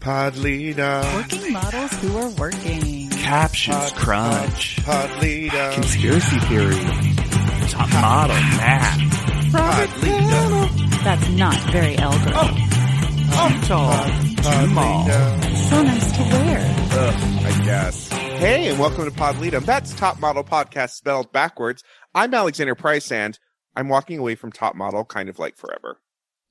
Podlita. Working models who are working. Captions Uh, crunch. Podlita. Conspiracy theory. Top model Matt. Podlita. That's not very elegant. Podlita. So nice to wear. I guess. Hey, and welcome to Podlita. That's Top Model Podcast spelled backwards. I'm Alexander Price, and I'm walking away from Top Model kind of like forever.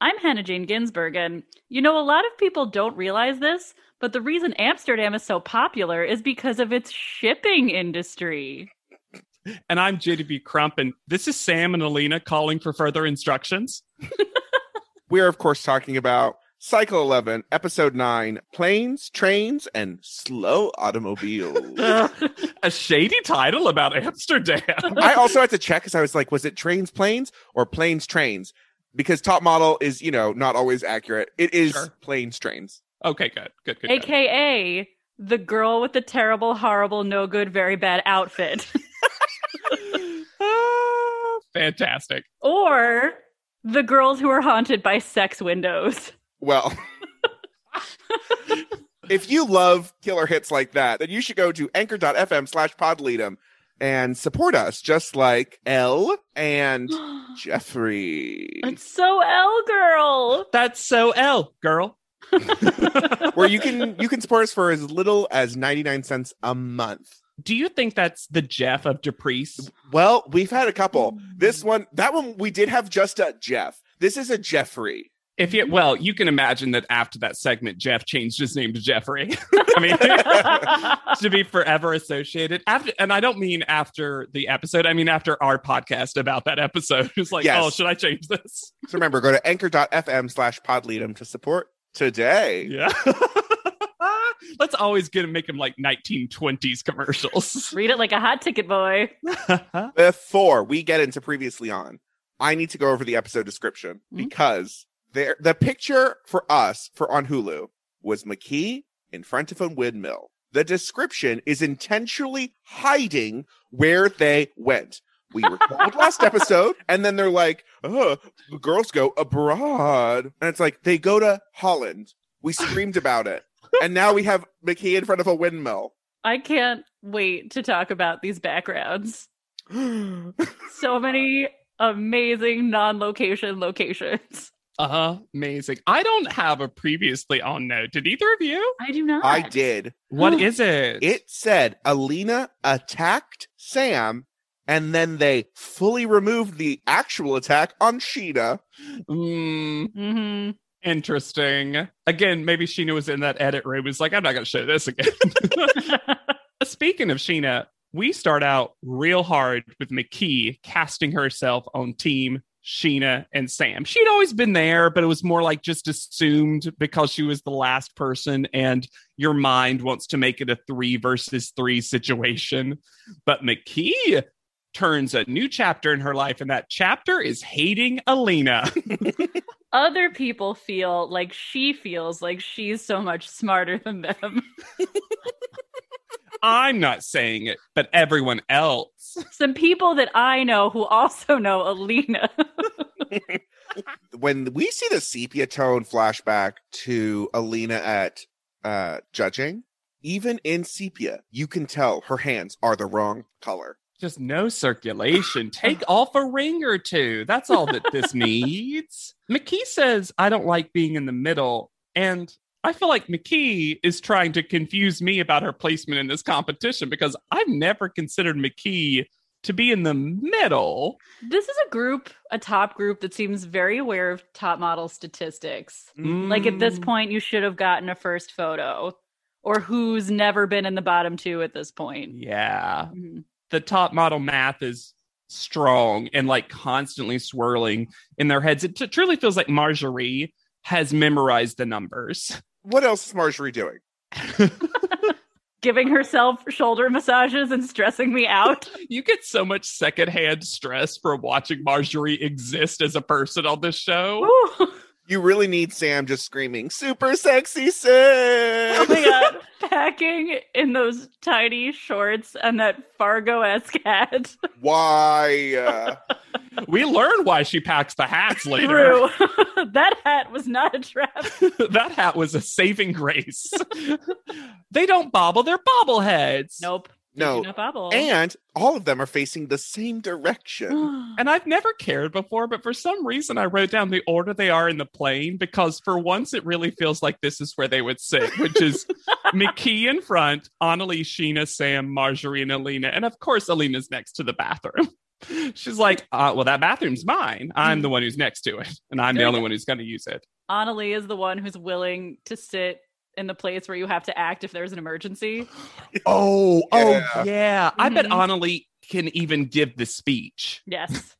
I'm Hannah Jane Ginsburg, and you know, a lot of people don't realize this, but the reason Amsterdam is so popular is because of its shipping industry. And I'm JDB Crump, and this is Sam and Alina calling for further instructions. We're, of course, talking about Cycle 11, Episode 9 Planes, Trains, and Slow Automobiles. a shady title about Amsterdam. I also had to check because I was like, was it trains, planes, or planes, trains? Because top model is, you know, not always accurate. It is Sure. planes, trains. okay, good, good, good. good. AKA the girl with the terrible, horrible, no good, very bad outfit. Ah, fantastic. or the girls who are haunted by sex windows. Well, if you love killer hits like that, then you should go to anchor.fm slash podleadum and support us, just like Elle and Jeffrey, It's so L girl. That's so L, girl. where you can you can support us for as little as 99 cents a month. Do you think that's the Jeff of Dupreece? Well, we've had a couple. This one, that one, we did have just a Jeff. This is a Jeffrey. If you well, you can imagine that after that segment, Jeff changed his name to Jeffrey. I mean, to be forever associated after, and I don't mean after the episode. I mean after our podcast about that episode. It's like, Yes. oh, should I change this? So remember, go to anchor.fm slash podleadum to support today. Yeah. Let's always get make him like 1920s commercials. Read it like a hot ticket boy. Before we get into previously on, I need to go over the episode description Mhm. because there the picture for us for on Hulu was McKee in front of a windmill. The description is intentionally hiding where they went. We were told last episode, and then they're like, oh, the girls go abroad. And it's like, they go to Holland. We screamed about it. And now we have McKee in front of a windmill. I can't wait to talk about these backgrounds. so many amazing non-location locations. uh, amazing. I don't have a previously on note. Did either of you? I do not. I did. What is it? It said Alina attacked Sam, and then they fully removed the actual attack on Sheena. Mm, hmm interesting. Again, maybe Sheena was in that edit room. It's like, I'm not going to show this again. Speaking of Sheena, we start out real hard with McKee casting herself on team Sheena and Sam. She'd always been there, but it was more like just assumed because she was the last person and your mind wants to make it a three versus three situation. But McKee turns a new chapter in her life, and that chapter is hating Alina. Other people feel like she feels like she's so much smarter than them. I'm not saying it, but everyone else. Some people that I know who also know Alina. When we see the sepia tone flashback to Alina at uh, judging, even in sepia, you can tell her hands are the wrong color. Just no circulation. Take off a ring or two. That's all that this needs. McKee says, I don't like being in the middle. And I feel like McKee is trying to confuse me about her placement in this competition because I've never considered McKee to be in the middle. this is a group, a top group that seems very aware of top model statistics. Like at this Mm. point, you should have gotten a first photo or who's never been in the bottom two at this point. Yeah. Mhm. the top model math is strong and like constantly swirling in their heads. It t- truly feels like Marjorie has memorized the numbers. What else is Marjorie doing? Giving herself shoulder massages and stressing me out. You get so much secondhand stress from watching Marjorie exist as a person on this show. Ooh. You really need Sam just screaming, super sexy Sam. Oh my god, packing in those tiny shorts and that Fargo esque hat. Why? Uh, we learn why she packs the hats later. True. that hat was not a trap. that hat was a saving grace. they don't bobble, they're bobbleheads. Nope. No. Not bobble. And all of them are facing the same direction. And I've never cared before, but for some reason I wrote down the order they are in the plane because for once it really feels like this is where they would sit, which is McKee in front, Annalise, Sheena, Sam, Marjorie, and Alina. And of course, Alina's next to the bathroom. She's like, uh, well, that bathroom's mine. I'm the one who's next to it, and I'm the only one who's going to use it. Annalie is the one who's willing to sit in the place where you have to act if there's an emergency. Oh, Yeah. oh, yeah. I bet Mhm. Annalise can even give the speech. Yes.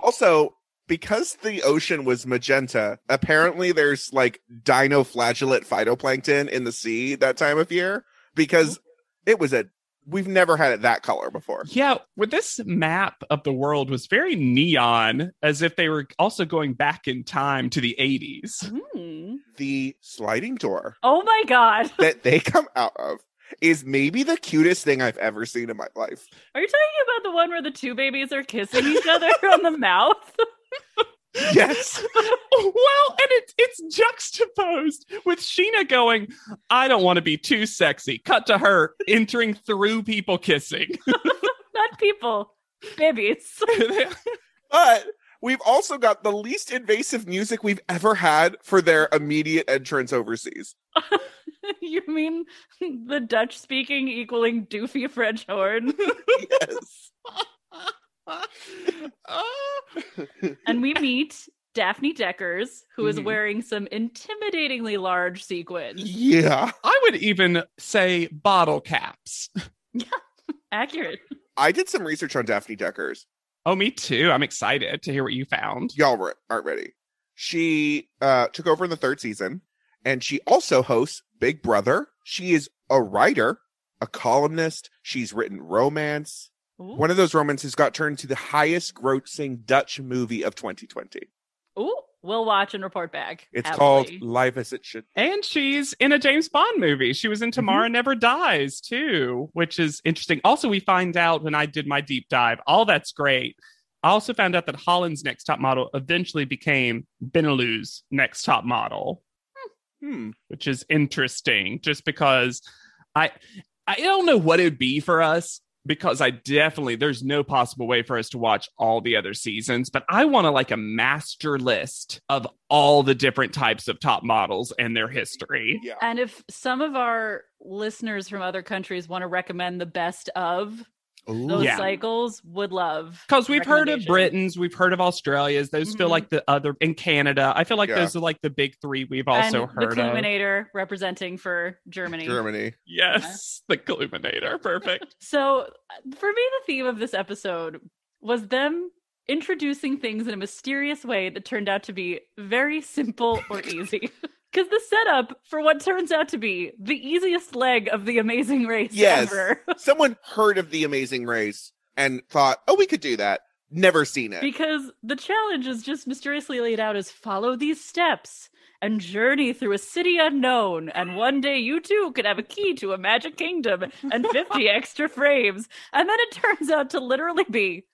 Also, because the ocean was magenta, apparently there's like dinoflagellate phytoplankton in the sea that time of year because it was a we've never had it that color before. Yeah, well, this map of the world was very neon, as if they were also going back in time to the 80s. Hmm. The sliding door Oh my God. that they come out of is maybe the cutest thing I've ever seen in my life. Are you talking about the one where the two babies are kissing each other on the mouth? Yes. well, and it, it's juxtaposed with Sheena going, I don't want to be too sexy. Cut to her entering through people kissing. Not people, babies. But we've also got the least invasive music we've ever had for their immediate entrance overseas. you mean the Dutch speaking equaling doofy French horn? Yes. Uh, and we meet Daphne Deckers, who is Mhm. wearing some intimidatingly large sequins. yeah. I would even say bottle caps. Accurate. I did some research on Daphne Deckers. Oh, me too. I'm excited to hear what you found. Y'all re- aren't ready. She uh, took over in the third season, and she also hosts Big Brother. She is a writer, a columnist. She's written romance. Ooh. One of those romances got turned to the highest grossing Dutch movie of 2020. Ooh, we'll watch and report back. It's Absolutely. called Life as It Should. And she's in a James Bond movie. She was in Tomorrow Never Dies too, which is interesting. Also, we find out when I did my deep dive, all that's great. I also found out that Holland's next top model eventually became Benelux next top model, Hmm. which is interesting just because I I don't know what it would be for us because I definitely there's no possible way for us to watch all the other seasons, but I want to like a master list of all the different types of top models and their history. Yeah. And if some of our listeners from other countries want to recommend the best of Ooh. those Yeah. cycles, would love. because we've heard of recommendations. Britain's, we've heard of Australia's. Those feel Mhm. like the other in Canada. I feel like Yeah. those are like the big three we've also and heard the of. Cluminator representing for Germany. Germany. Yes, the Cluminator, perfect. So, uh, for me, the theme of this episode was them introducing things in a mysterious way that turned out to be very simple or easy. Because the setup for what turns out to be the easiest leg of the amazing race Yes. ever. Someone heard of The Amazing Race and thought, oh, we could do that. Never seen it. because the challenge is just mysteriously laid out as follow these steps and journey through a city unknown and one day you too could have a key to a magic kingdom and 50 extra frames and then it turns out to literally be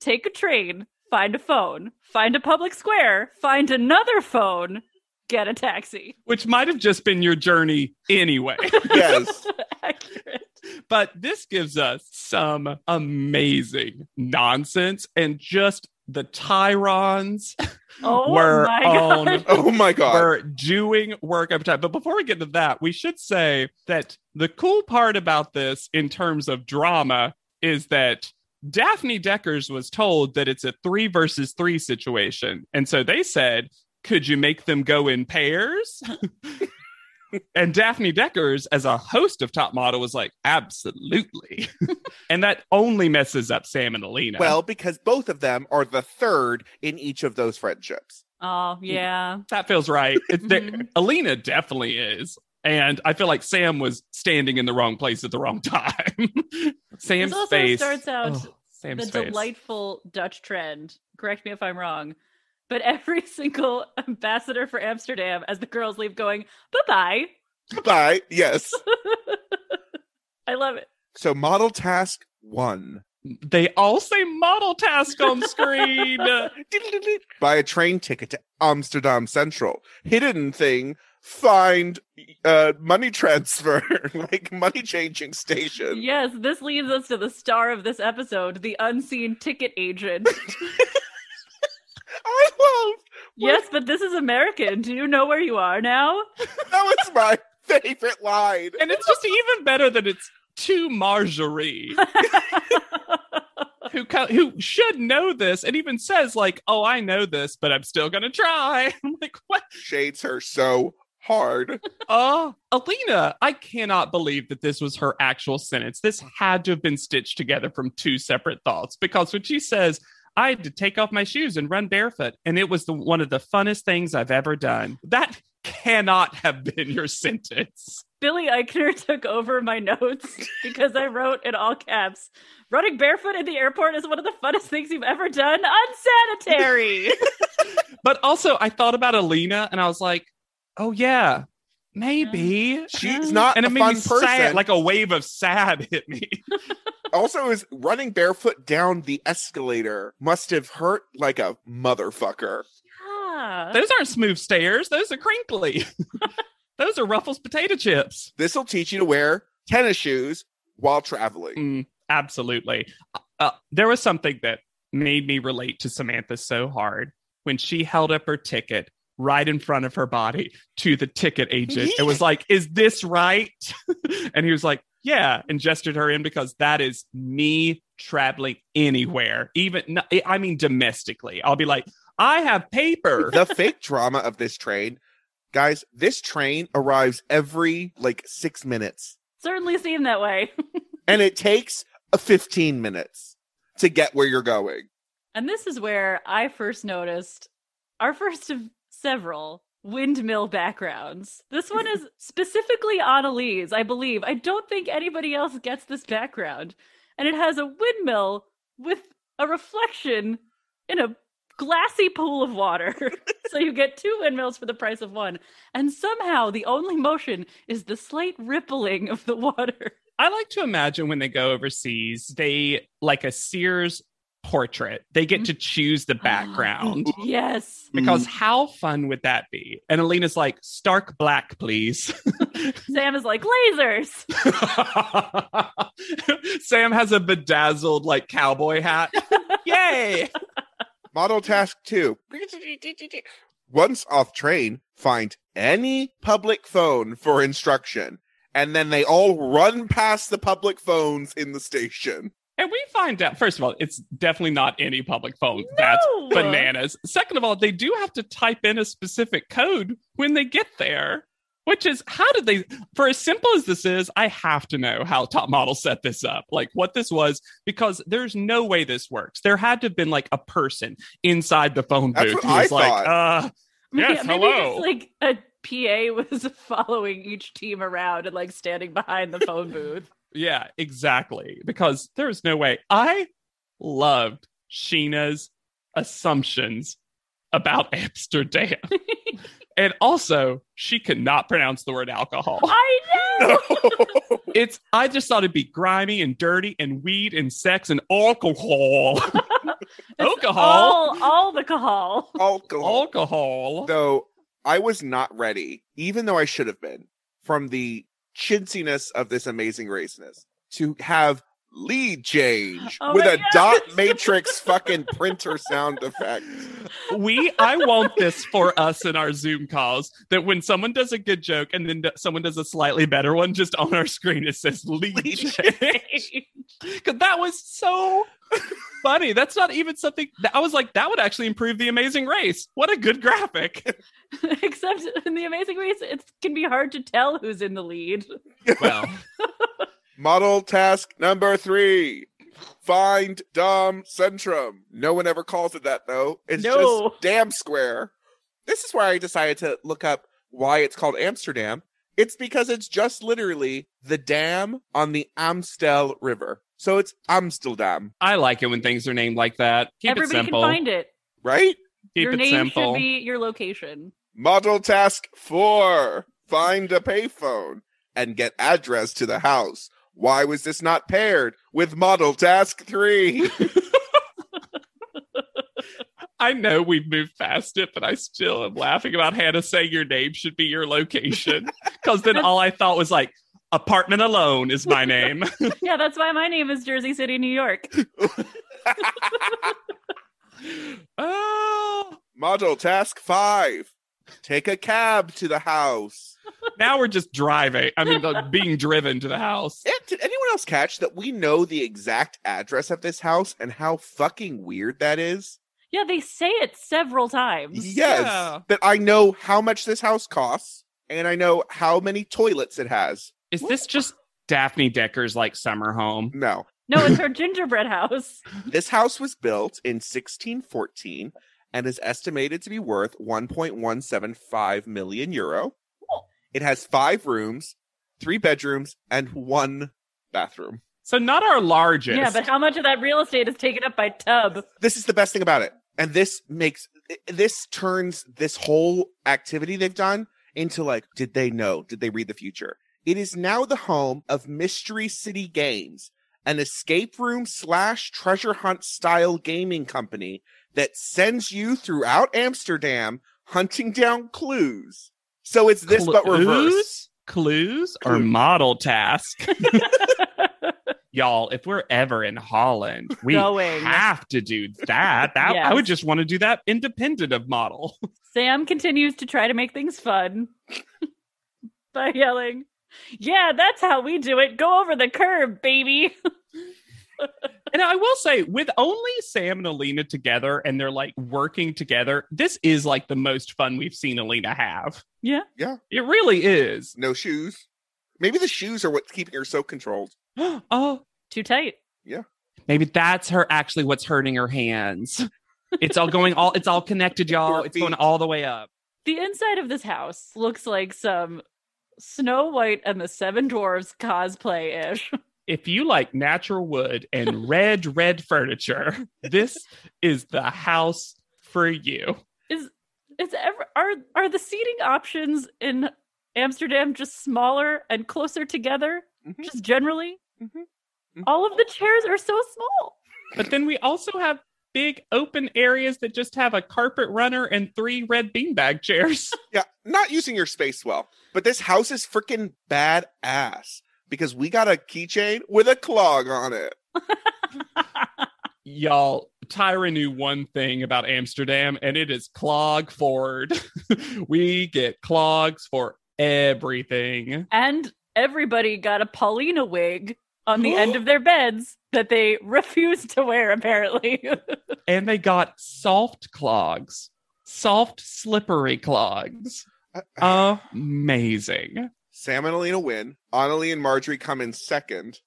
take a train find a phone find a public square find another phone get a taxi Which might have just been your journey anyway. yes. accurate but this gives us some amazing nonsense and just the Tyrons oh were my on god Oh my God. We're doing work up time. But before we get to that, we should say that the cool part about this in terms of drama is that Daphne Deckers was told that it's a three versus three situation. And so they said, could you make them go in pairs? and Daphne Deckers, as a host of Top Model, was like, absolutely. and that only messes up Sam and Alina. Well, because both of them are the third in each of those friendships. oh yeah that feels right. It's there- Mhm. Alina definitely is. And I feel like Sam was standing in the wrong place at the wrong time. This Sam's also face Oh, starts out Sam's the face. delightful Dutch trend. Correct me if I'm wrong, but every single ambassador for Amsterdam, as the girls leave, going bye bye. Goodbye. Yes. I love it. So, model task one They all say model task on screen. Buy a train ticket to Amsterdam Central. Hidden thing. Find uh, money transfer, like money changing station. Yes, this leads us to the star of this episode, the unseen ticket agent. I love. yes, but this is American. Do you know where you are now? That was my favorite line. and it's just even better that it's to Marjorie, who co- who should know this, and even says like, "Oh, I know this, but I'm still gonna try." I'm like, "What? Shades her so hard. Oh, Alina! I cannot believe that this was her actual sentence. This had to have been stitched together from two separate thoughts because when she says." I had to take off my shoes and run barefoot, and it was the, one of the funnest things I've ever done. That cannot have been your sentence. Billy Eichner took over my notes because I wrote in all caps, running barefoot in the airport is one of the funnest things you've ever done. Unsanitary. But also, I thought about Alina, and I was like, "Oh yeah, maybe." She's not and a it made fun me person. sad. Like a wave of sad hit me. also is running barefoot down the escalator must have hurt like a motherfucker. yeah. Those aren't smooth stairs. Those are crinkly. Those are Ruffles potato chips. This will teach you to wear tennis shoes while traveling. Mm, absolutely. Uh, there was something that made me relate to Samantha so hard when she held up her ticket right in front of her body to the ticket agent and was like, Is this right? and he was like, Yeah, and gestured her in because that is me traveling anywhere, even, I mean, domestically. I'll be like, I have paper. the fake drama of this train, guys. This train arrives every like six minutes, Certainly seemed that way. and it takes a fifteen minutes to get where you're going. And this is where I first noticed our first of several windmill backgrounds. This one is specifically Annalise, I believe. I don't think anybody else gets this background. And it has a windmill with a reflection in a glassy pool of water. so you get two windmills for the price of one. And somehow the only motion is the slight rippling of the water. I like to imagine when they go overseas, they like a Sears portrait, they get to choose the background. yes. Mm. Because how fun would that be? And Alina's like, stark black, please. Sam is like, lasers. Sam has a bedazzled like cowboy hat. Yay! Model task two. Once off train, find any public phone for instruction. And then they all run past the public phones in the station. And we find out, first of all, it's definitely not any public phone. That's No! bananas. Second of all, they do have to type in a specific code when they get there, which is how did they, for as simple as this is, I have to know how Top Model set this up, like what this was, because there's no way this works. There had to have been like a person inside the phone That's what booth who I was like, uh, Maybe, Yes, maybe hello. just like a PA was following each team around and like standing behind the phone booth. Yeah, exactly. Because there's no way. I loved Sheena's assumptions about Amsterdam. and also, she could not pronounce the word alcohol. I know. It's I just thought it'd be grimy and dirty and weed and sex and alcohol. alcohol. All all the cahal. Alcohol. Alcohol. Though I was not ready, even though I should have been, from the chintziness of this amazing raceness to have lead change Oh with my a God. dot matrix fucking printer sound effect. we I want this for us in our Zoom calls that when someone does a good joke and then d- someone does a slightly better one, just on our screen it says lead Lead Because that was so funny. That's not even something that I was like, that would actually improve the amazing race. What a good graphic. Except in the Amazing Race, it can be hard to tell who's in the lead. Well, Model task number three. Find Dom Centrum. No one ever calls it that though. It's No. just damn square. This is why I decided to look up why it's called Amsterdam. It's because it's just literally the dam on the Amstel River. So it's Amsterdam, I like it when things are named like that. Keep Everybody it simple. can find it. right? Keep your it name simple. should be your location. Model task four. Find a payphone and get address to the house. Why was this not paired with model task three. I know we've moved past it, but I still am laughing about Hannah saying your name should be your location. Because then all I thought was like, apartment alone is my name. Yeah, that's why my name is Jersey City, New York. oh, model task five. Take a cab to the house. now we're just driving. I mean, the, being driven to the house. And did anyone else catch that we know the exact address of this house and how fucking weird that is? Yeah, they say it several times. Yes. Yeah. That I know how much this house costs and I know how many toilets it has. Is this just Daphne Decker's like summer home? No. No, it's her gingerbread house. This house was built in 1614 and is estimated to be worth 1.175 million euro. It has five rooms, three bedrooms, and one bathroom. So not our largest. Yeah, but how much of that real estate is taken up by tub? This is the best thing about it. And this makes this turns this whole activity they've done into like, did they know? Did they read the future? It is now the home of Mystery City Games, an escape room slash treasure hunt style gaming company that sends you throughout Amsterdam hunting down clues. So it's this but reverse. Clues? Clues or Clues. model task? Y'all, if we're ever in Holland, we Going. have to do that. That I would Yes. just want to do that independent of model. Sam continues to try to make things fun by yelling, Yeah, that's how we do it. Go over the curb, baby. And I will say, with only Sam and Alina together and they're like working together, this is like the most fun we've seen Alina have. Yeah. Yeah. It really is. No shoes. Maybe the shoes are what's keeping her so controlled. oh, Too tight. maybe that's her actually what's hurting her hands. It's all going all it's all connected, y'all. Your It's going feet. all the way up. The inside of this house looks like some Snow White and the Seven Dwarves cosplay ish. If you like natural wood and red, red furniture, this is the house for you. Is ever are are the seating options in Amsterdam just smaller and closer together? Mhm. Just generally, Mhm. Mhm. all of the chairs are so small. But then we also have big open areas that just have a carpet runner and three red beanbag chairs. Yeah, not using your space well. But this house is freaking badass because we got a keychain with a clog on it. Y'all, Tyra knew one thing about Amsterdam, and it is clog forward. we get clogs for everything. And everybody got a Paulina wig on the end of their beds that they refused to wear. Apparently, And they got soft clogs, soft, slippery clogs. Amazing. Sam and Alina win. Annalie and Marjorie come in second.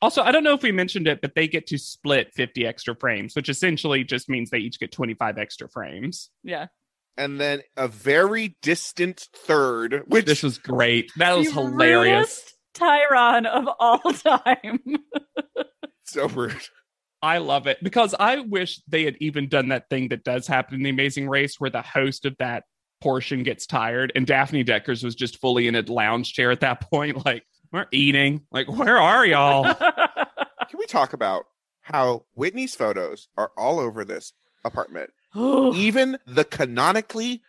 Also, I don't know if we mentioned it, but they get to split 50 extra frames, which essentially just means they each get 25 extra frames. yeah, And then a very distant third, which This was great. That was The hilarious. rudest Tyron of all time. so rude. I love it because I wish they had even done that thing that does happen in the Amazing Race where the host of that portion gets tired and Daphne Deckers was just fully in a lounge chair at that point. Like, we're eating. Like, where are y'all? Can we talk about how Whitney's photos are all over this apartment? Oh. Even the canonically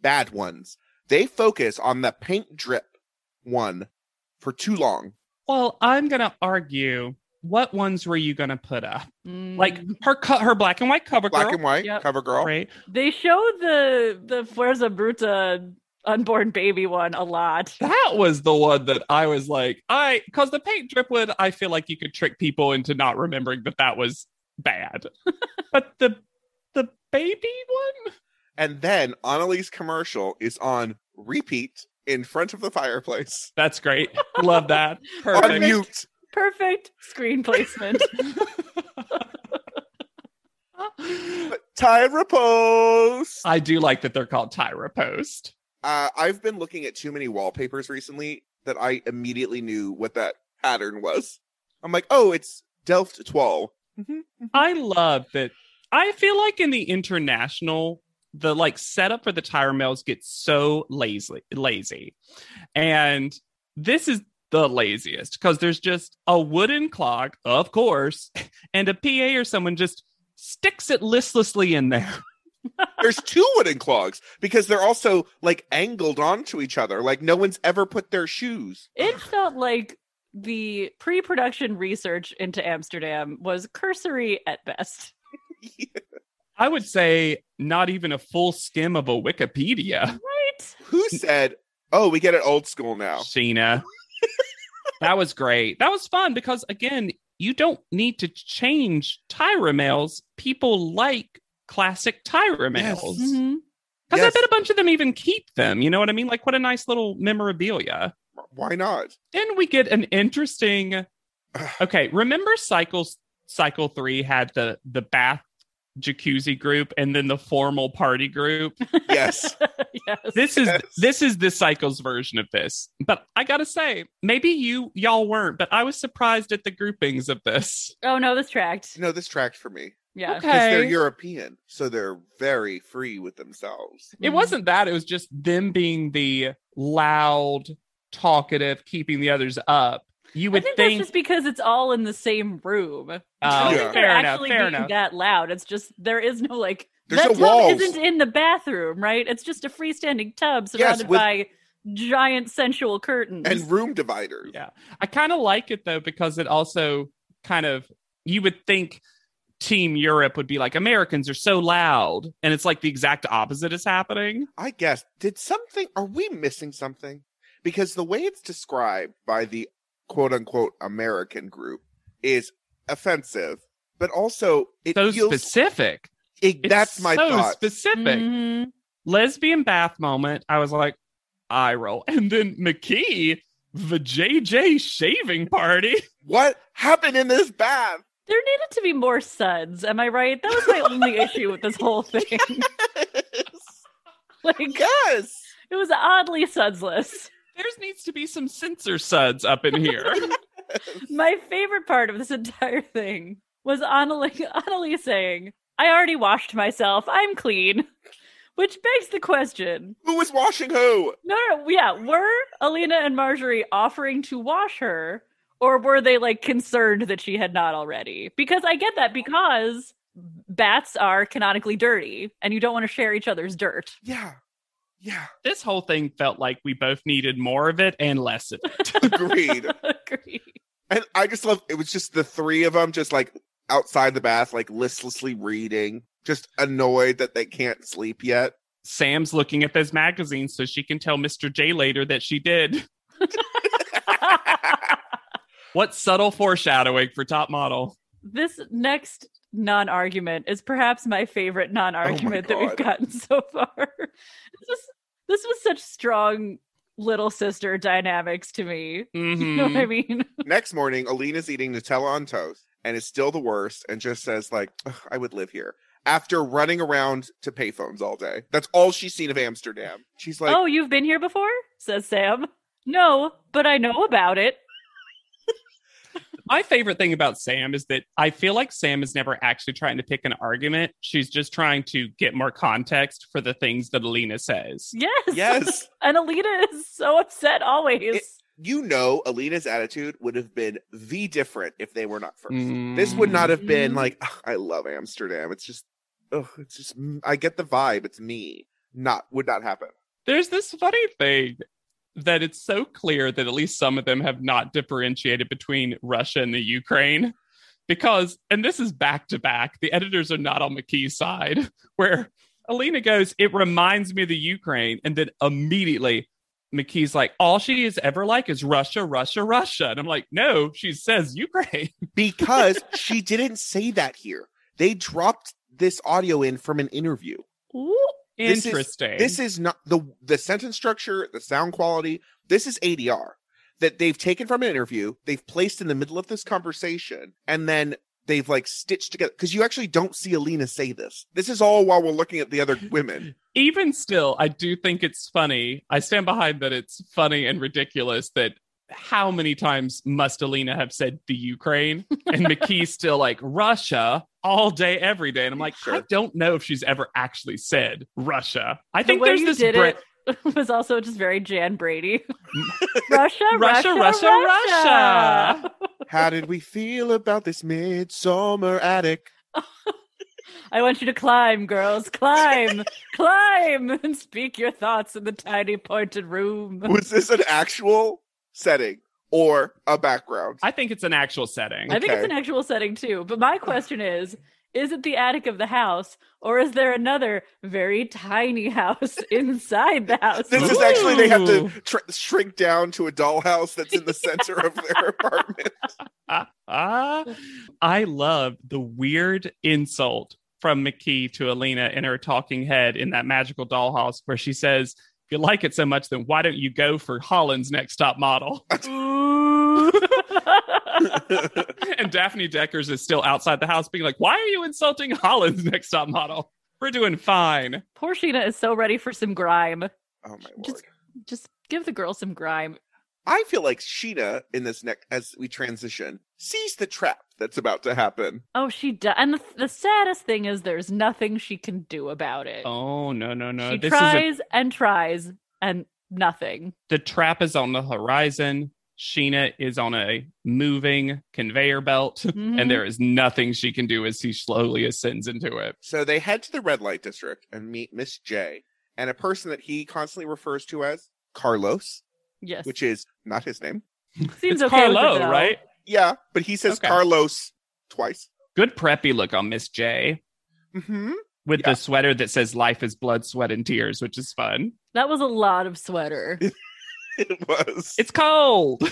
bad ones. They focus on the paint drip one for too long. well, I'm going to argue what ones were you going to put up? Mm. Like her co- her black and white cover Black girl. and white, Yep. cover girl. Right. They show the the Fuerza Bruta unborn baby one a lot. That was the one that I was like, I, because the paint drip one, I feel like you could trick people into not remembering that that was bad. but the, the baby one? And then Annalise commercial is on repeat in front of the fireplace. That's great. Love that. On Perfect. mute. Perfect screen placement. Tyra Post. I do like that they're called Tyra Post. Uh, I've been looking at too many wallpapers recently that I immediately knew what that pattern was. I'm like, oh, it's Delft 12. I love that. I feel like in the international, the like setup for the Tyra males gets so lazy, lazy, and this is the laziest because there's just a wooden clock, of course, and a PA or someone just sticks it listlessly in there. There's two wooden clogs because they're also like angled onto each other. Like no one's ever put their shoes. It felt like the pre-production research into Amsterdam was cursory at best. I would say not even a full skim of a Wikipedia, Right? Who said, "Oh, we get it old school now"? Sheena. that was great. That was fun because again, you don't need to change Tyra males. People like classic Tyra males. Mhm. Because Yes. I bet a bunch of them even keep them. You know what I mean? Like, what a nice little memorabilia. Why not? Then we get an interesting. Okay, remember cycles? Cycle three had the the bath jacuzzi group and then the formal party group. Yes, yes. This is Yes. this is this cycle's version of this. But I gotta say, maybe you y'all weren't, but I was surprised at the groupings of this. oh no, this tracked. no, this tracked for me Yeah. Okay. because they're European, so they're very free with themselves. Mm-hmm. It wasn't that. It was just them being the loud, talkative, keeping the others up. You I would think, think that's just because it's all in the same room. I Oh, don't Yeah. think they're fair enough. actually Fair being enough. that loud. It's just there is no like There's that no tub walls. isn't in the bathroom, right? It's just a freestanding tub surrounded Yes, with- by giant sensual curtains. And room dividers. Yeah. I kind of like it though because it also kind of you would think Team Europe would be like Americans are so loud, and it's like the exact opposite is happening. I guess. Did something, are we missing something? Because the way it's described by the quote unquote American group is offensive, but also it So feels, specific. it- It's that's my so thought. specific. Mhm. Lesbian bath moment. I was like, eye roll, and then McKee the JJ shaving party. what happened in this bath? There needed to be more suds. Am I right? That was my only issue with this whole thing. like yes. it was oddly sudsless. There needs to be some censor suds up in here. My favorite part of this entire thing was Annalie, Annalie saying, I already washed myself. I'm clean. Which begs the question. Who was washing who? No, no, no, yeah, were Alina and Marjorie offering to wash her, or were they like concerned that she had not already? Because I get that because bats are canonically dirty, and you don't want to share each other's dirt. Yeah. Yeah. this whole thing felt like we both needed more of it and less of it. Agreed. Agree. and I just love it was just the three of them just like outside the bath, like listlessly reading, just annoyed that they can't sleep yet. Sam's looking at those magazines so she can tell Mr. J later that she did. What subtle foreshadowing for top model. this next non-argument is perhaps my favorite non-argument that we've God. gotten so far. This was, this was such strong little sister dynamics to me. You know what Mm-hmm. Hmm. I mean? Next morning, Alina's eating Nutella on toast and is still the worst and just says, like, "Ugh, I would live here. After running around to payphones all day. That's all she's seen of Amsterdam. She's like, oh, you've been here before? Says Sam. No, but I know about it. My favorite thing about Sam is that I feel like Sam is never actually trying to pick an argument. She's just trying to get more context for the things that Alina says. Yes. yes. And Alita is so upset always. It- You know, Alina's attitude would have been the different if they were not first. Mm-hmm. This would not have been Mhm. like, "Ugh, I love Amsterdam. It's just, oh, it's just, m- I get the vibe. It's me. Not, would not happen. There's this funny thing that it's so clear that at least some of them have not differentiated between Russia and the Ukraine. Because, and this is back to back, the editors are not on McKee's side, where Alina goes, It reminds me of the Ukraine. And then immediately, McKee's like, All she is ever like is Russia, Russia, Russia. And I'm like, No, she says Ukraine. Because she didn't say that here. They dropped this audio in from an interview. Ooh. This is- Interesting. This is not the the sentence structure, the sound quality. This is ADR that they've taken from an interview, they've placed in the middle of this conversation, and then they've like stitched together because you actually don't see Alina say this. This is all while we're looking at the other women. even still, I do think it's funny. I stand behind that it's funny and ridiculous that how many times must Alina have said the Ukraine and McKee's still like Russia all day, every day. And I'm like, I Sure. don't know if she's ever actually said Russia. I The think way there's you this did bra- it was also just very Jan Brady. Russia, Russia, Russia, Russia. Russia. Russia. How did we feel about this midsummer attic? I want you to climb, girls, climb, climb, and speak your thoughts in the tiny pointed room. Was this an actual setting or a background? I think it's an actual setting. I think okay. it's an actual setting too. But my question is is it the attic of the house, or is there another very tiny house inside the house? This is actually they have to Ooh. tr- shrink down to a dollhouse that's in the center of their apartment. Ah, ah. I love the weird insult from McKee to Alina in her talking head in that magical dollhouse where she says, if you like it so much, then why don't you go for Holland's next top model? and Daphne Deckers is still outside the house being like, why are you insulting Holland's next top model? We're doing fine. Poor Sheena is so ready for some grime. Oh my lord! Just- Just give the girl some grime. I feel like Sheena in this next as we transition sees the trap that's about to happen. Oh, she does. And the, the saddest thing is there's nothing she can do about it. Oh, no, no, no. she this is a tries and tries and nothing. the trap is on the horizon. Sheena is on a moving conveyor belt, Mhm. and there is nothing she can do as she slowly ascends into it. So they head to the red light district and meet Miss J and a person that he constantly refers to as Carlos, Yes. which is not his name. Seems it's okay. with Carlo, it, though. right? Yeah, but he says Okay. Carlos twice. Good preppy look on Miss J hmm with Yeah. the sweater that says "Life is blood, sweat, and tears," which is fun. That was a lot of sweater. It was. It's cold.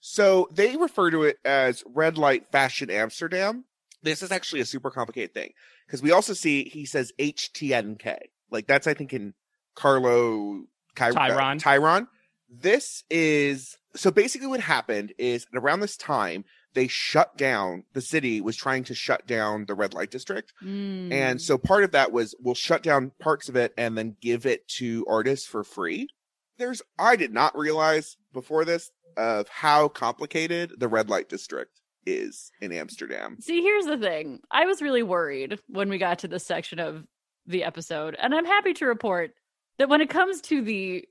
So they refer to it as red light fashion Amsterdam. This is actually a super complicated thing because we also see he says HTNK. Like that's I think in Carlo Ky- Tyron. Uh, Tyron. This is so basically what happened is around this time they shut down the city was trying to shut down the red light district. Mm. And so part of that was we'll shut down parts of it and then give it to artists for free. There's I did not realize before this of how complicated the red light district is in Amsterdam. See, here's the thing. I was really worried when we got to this section of the episode, and I'm happy to report that when it comes to the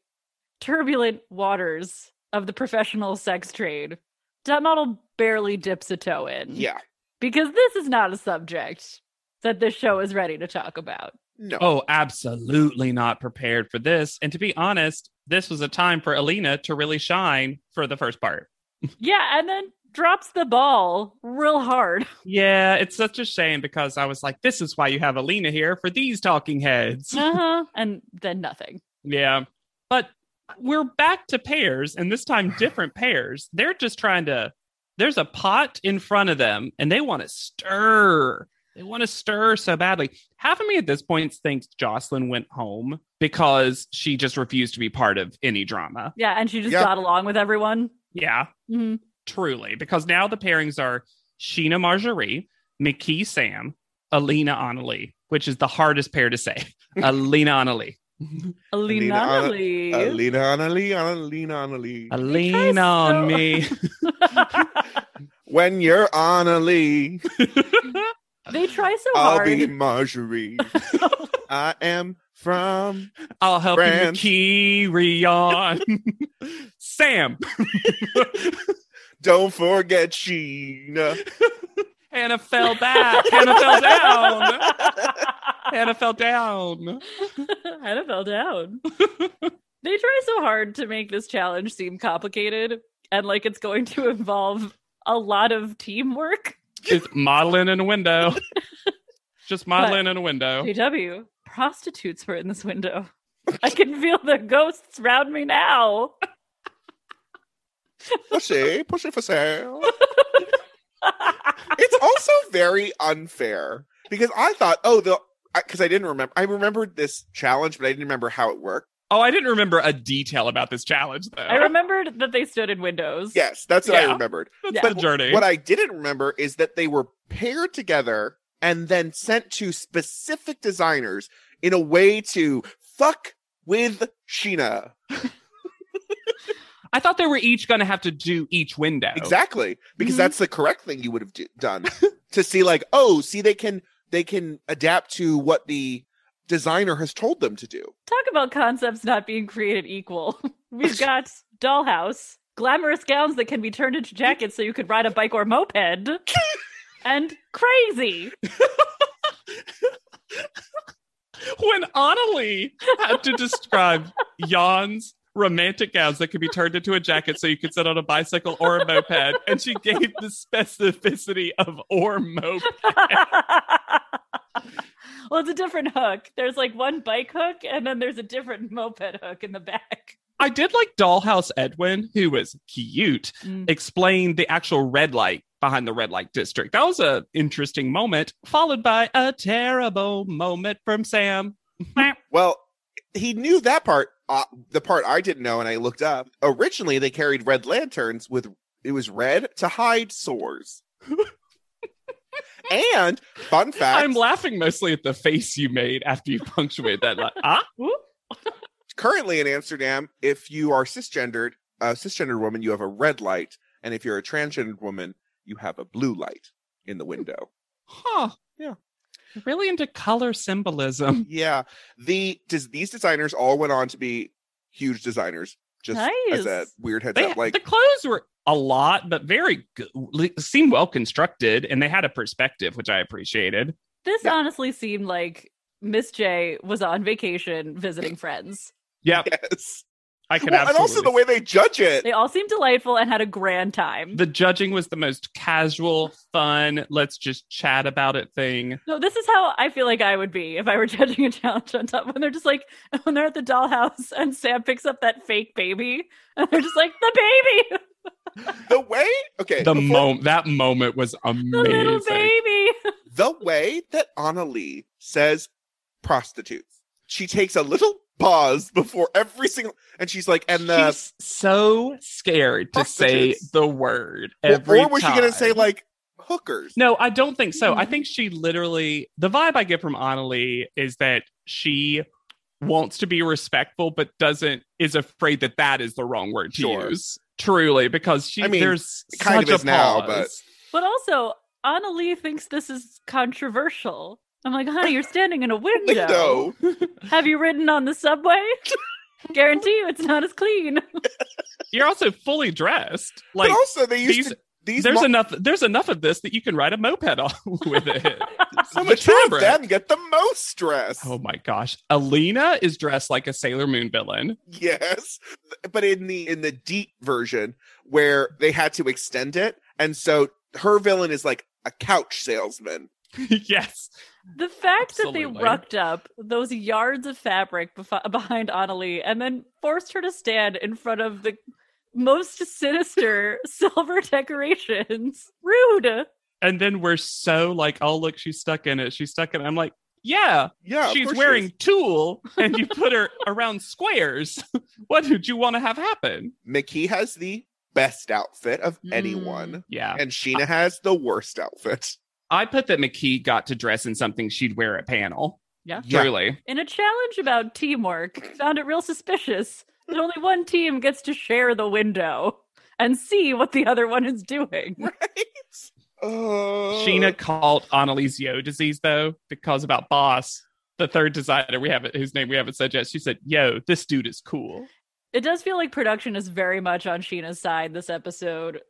turbulent waters of the professional sex trade, that model barely dips a toe in. Yeah. Because this is not a subject that this show is ready to talk about. No. oh, absolutely not prepared for this. And to be honest, this was a time for Alina to really shine for the first part. yeah, and then drops the ball real hard. Yeah, it's such a shame because I was like, this is why you have Alina here for these talking heads. Uh-huh. and then nothing. yeah. But we're back to pairs, and this time different pairs. They're just trying to, there's a pot in front of them, and they want to stir. They want to stir so badly. Half of me at this point thinks Jocelyn went home because she just refused to be part of any drama. Yeah, and she just Yeah. got along with everyone. Yeah. Mhm. truly, because now the pairings are Sheena Marjorie, McKee Sam, Alina Annalie, which is the hardest pair to say. Alina Annalie. Alina Alina Ana- Annalise. Alina Annalie, Alina Annalie. Alina on me. When you're Annalie, they try so I'll hard. be Marjorie. I am from I'll help France. you carry on. Sam, Don't Forget Sheena. Hannah fell back. Hannah fell down. Hannah fell down. Hannah fell down. they try so hard to make this challenge seem complicated and like it's going to involve a lot of teamwork. Just modeling in a window. Just modeling in a window. KW, prostitutes were in this window. I can feel the ghosts round me now. Pussy, pussy for sale. it's also very unfair because I thought, oh, they'll because I didn't remember. I remembered this challenge, but I didn't remember how it worked. Oh, I didn't remember a detail about this challenge, though. I remembered that they stood in windows. Yes, that's what I Yeah. remembered. That's Yeah. the journey. What I didn't remember is that they were paired together and then sent to specific designers in a way to fuck with Sheena. I thought they were each going to have to do each window. Exactly, because Mhm. that's the correct thing you would have do- done to see, like, oh, see, they can they can adapt to what the designer has told them to do. Talk about concepts not being created equal. We've got dollhouse, glamorous gowns that can be turned into jackets so you could ride a bike or moped, and crazy. when Annalie had to describe Jan's romantic gowns that could be turned into a jacket so you could sit on a bicycle or a moped, and she gave the specificity of or moped. well, it's a different hook. There's like one bike hook, and then there's a different moped hook in the back. I did like Dollhouse Edwin, who was cute, Mm. explained the actual red light behind the red light district. That was an interesting moment, followed by a terrible moment from Sam. Well, he knew that part, uh, the part I didn't know, and I looked up. Originally, they carried red lanterns with it was red to hide sores. and fun fact: I'm laughing mostly at the face you made after you punctuated that. Like, ah, Ooh. currently in Amsterdam, if you are cisgendered, a cisgendered woman, you have a red light, and if you're a transgendered woman, you have a blue light in the window. huh. Yeah. Really into color symbolism. yeah, the does these designers all went on to be huge designers. Just as a Nice. weird heads They, up, like the clothes were a lot, but very good, seemed well constructed, and they had a perspective, which I appreciated. This Yeah. honestly seemed like Miss J was on vacation visiting friends. Yep, yes, I could Well, and absolutely. also the way they judge it. They all seemed delightful and had a grand time. the judging was the most casual, fun, let's just chat about it thing. No, this is how I feel like I would be if I were judging a challenge on top. When they're just like, when they're at the dollhouse and Sam picks up that fake baby, and they're just like, the baby, the way okay The before- moment that moment was amazing. the little baby. the way that Anna Lee says prostitutes. She takes a little pause before every single and she's like, and the She's so scared to say Prostitutes. the word. or- Every or was she gonna time. say like hookers? No, I don't think so. Mm-hmm. I think she literally the vibe I get from Annalie is that she wants to be respectful but doesn't is afraid that that is the wrong word to Sure. use. Truly, because she I mean, there's it kind such of a is now, but- pause. But also, Anna Lee thinks this is controversial. I'm like, honey, you're standing in a window. Window. Have you ridden on the subway? Guarantee you it's not as clean. You're also fully dressed. But Like also they used these, to, these there's mo- enough there's enough of this that you can ride a moped on with it. so the much two of fabric. them get the most stress. Oh my gosh. Alina is dressed like a Sailor Moon villain. Yes. But in the in the deep version where they had to extend it, and so her villain is like a couch salesman. yes. The fact that they Absolutely. rucked up those yards of fabric bef- behind Annalie and then forced her to stand in front of the most sinister silver decorations. Rude. and then we're so like, oh look, she's stuck in it. She's stuck in it. I'm like, yeah, Yeah. of she's course she wearing is. tulle, and you put her around squares. what did you want to have happen? Mickey has the best outfit of Mm. anyone. Yeah, and Sheena has the worst outfit. I put that McKee got to dress in something she'd wear at panel. Yeah. Yeah. Truly, In a challenge about teamwork, found it real suspicious that only one team gets to share the window and see what the other one is doing. Oh. Sheena called Annalise Yo disease though because about boss. The third designer we haven't whose name we haven't said yet. She said, "Yo, this dude is cool." it does feel like production is very much on Sheena's side this episode.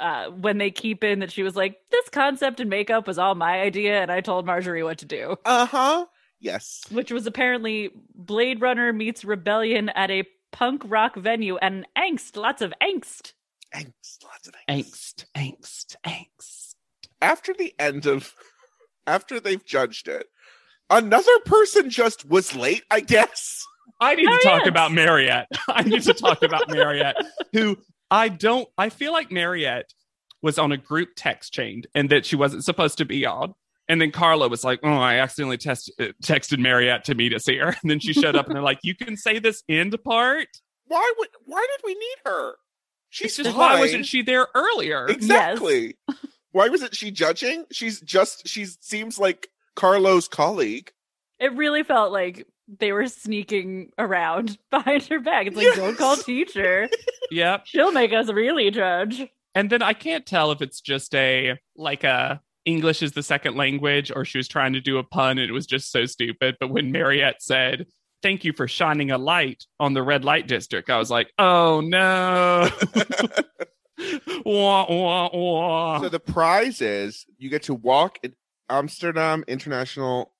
Uh, when they keep in that she was like, this concept and makeup was all my idea, and I told Marjorie what to do, Uh huh. Yes. which was apparently Blade Runner meets Rebellion at a punk rock venue and angst, lots of angst. Angst. Lots of angst. Angst, angst, angst. After the end of, after they've judged it, another person just was late. I guess. I need to Marriott. talk about Marriott. I need to talk about Marriott, who I don't, I feel like Marriott was on a group text chain and that she wasn't supposed to be on. And then Carla was like, Oh, I accidentally test, uh, texted Marriott to meet us here. And then she showed up and they're like, You can say this end part. Why would? Why did we need her? She's It's just, fine. why wasn't she there earlier? exactly? Why wasn't she judging? She's just. She seems like Carlo's colleague. It really felt like they were sneaking around behind her back. It's like, don't call Yes. teacher. Yep. She'll make us really judge. And then I can't tell if it's just a like a English is the second language, or she was trying to do a pun and it was just so stupid. But when Mariette said, Thank you for shining a light on the red light district, I was like, Oh no. wah, wah, wah. So the prize is you get to walk in Amsterdam International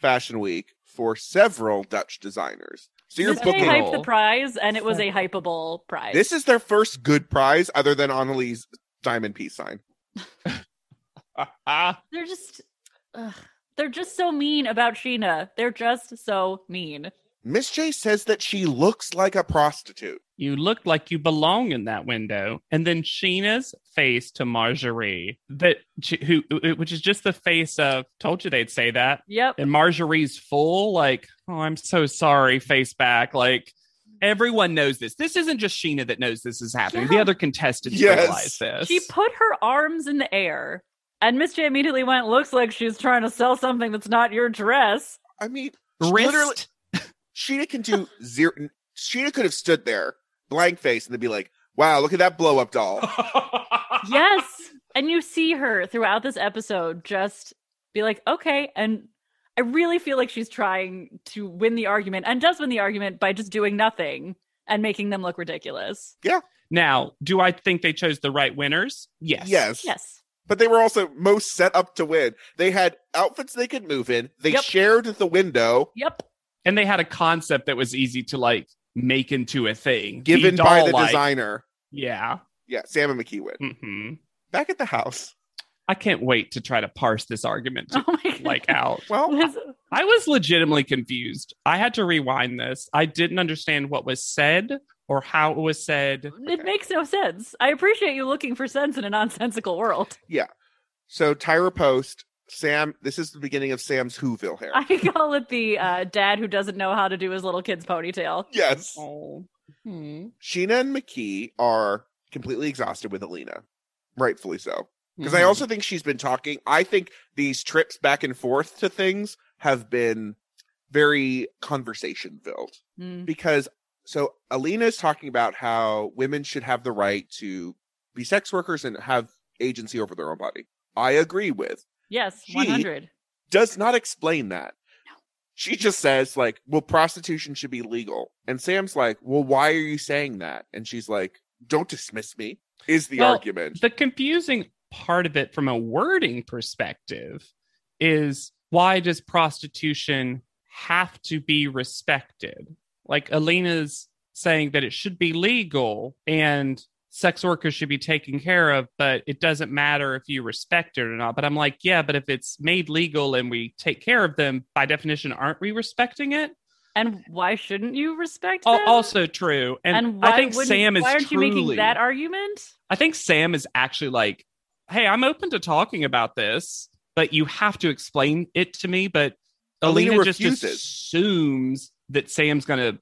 Fashion Week for several Dutch designers. So you're Did booking- they hype the Several. prize, and it was a hypeable prize. This is their first good prize other than Annalise diamond peace sign. Ah, they're just, ugh, they're just so mean about Sheena. They're just so mean. Miss J says that she looks like a prostitute. you looked like you belong in that window. And then Sheena's face to Marjorie, that who, which is just the face of told you they'd say that. Yep. and Marjorie's full, like, oh, I'm so sorry, face back. Like, everyone knows this. This isn't just Sheena that knows this is happening. The Yeah. other contestants Yes. realize this. She put her arms in the air, and Miss J immediately went, "Looks like she's trying to sell something that's not your dress." I mean, literally, Wrist. Sheena can do zero. Sheena could have stood there, blank face, and they'd be like, "Wow, look at that blow up doll." Oh, yes. And you see her throughout this episode just be like, okay. And I really feel like she's trying to win the argument and does win the argument by just doing nothing and making them look ridiculous. now, do I think they chose the right winners? Yes. Yes. Yes. But they were also most set up to win. They had outfits they could move in. They Yep. shared the window Yep. And they had a concept that was easy to like make into a thing Be given by the doll-like. designer. Yeah. Yeah, Sam and McKee win. hmm Back at the house. I can't wait to try to parse this argument Oh my God. like out. Well, Liz- I was legitimately confused. I had to rewind this. I didn't understand what was said or how it was said. It makes no sense. I appreciate you looking for sense in a nonsensical world. so Tyra Post, Sam, this is the beginning of Sam's Whoville hair. I call it the uh, dad who doesn't know how to do his little kid's ponytail. yes. Oh. Hmm. Sheena and McKee are completely exhausted with Alina, rightfully so. Because Mm-hmm. I also think she's been talking. I think these trips back and forth to things have been very conversation filled. Mm. Because so Alina is talking about how women should have the right to be sex workers and have agency over their own body. I agree with. Yes, She- 100. Does not explain that. She just says, like, well, prostitution should be legal. And Sam's like, well, why are you saying that? And she's like, don't dismiss me, is the Well, argument. the confusing part of it from a wording perspective is why does prostitution have to be respected? Like Alina's saying that it should be legal and sex workers should be taken care of, but it doesn't matter if you respect it or not. But I'm like, yeah, but if it's made legal and we take care of them, by definition, aren't we respecting it? And why shouldn't you respect Al- them? Also true. And, and why I think wouldn't- Sam is why aren't you making truly- that argument? I think Sam is actually like, hey, I'm open to talking about this, but you have to explain it to me. But Alina Alina, just refuses. assumes that Sam's going to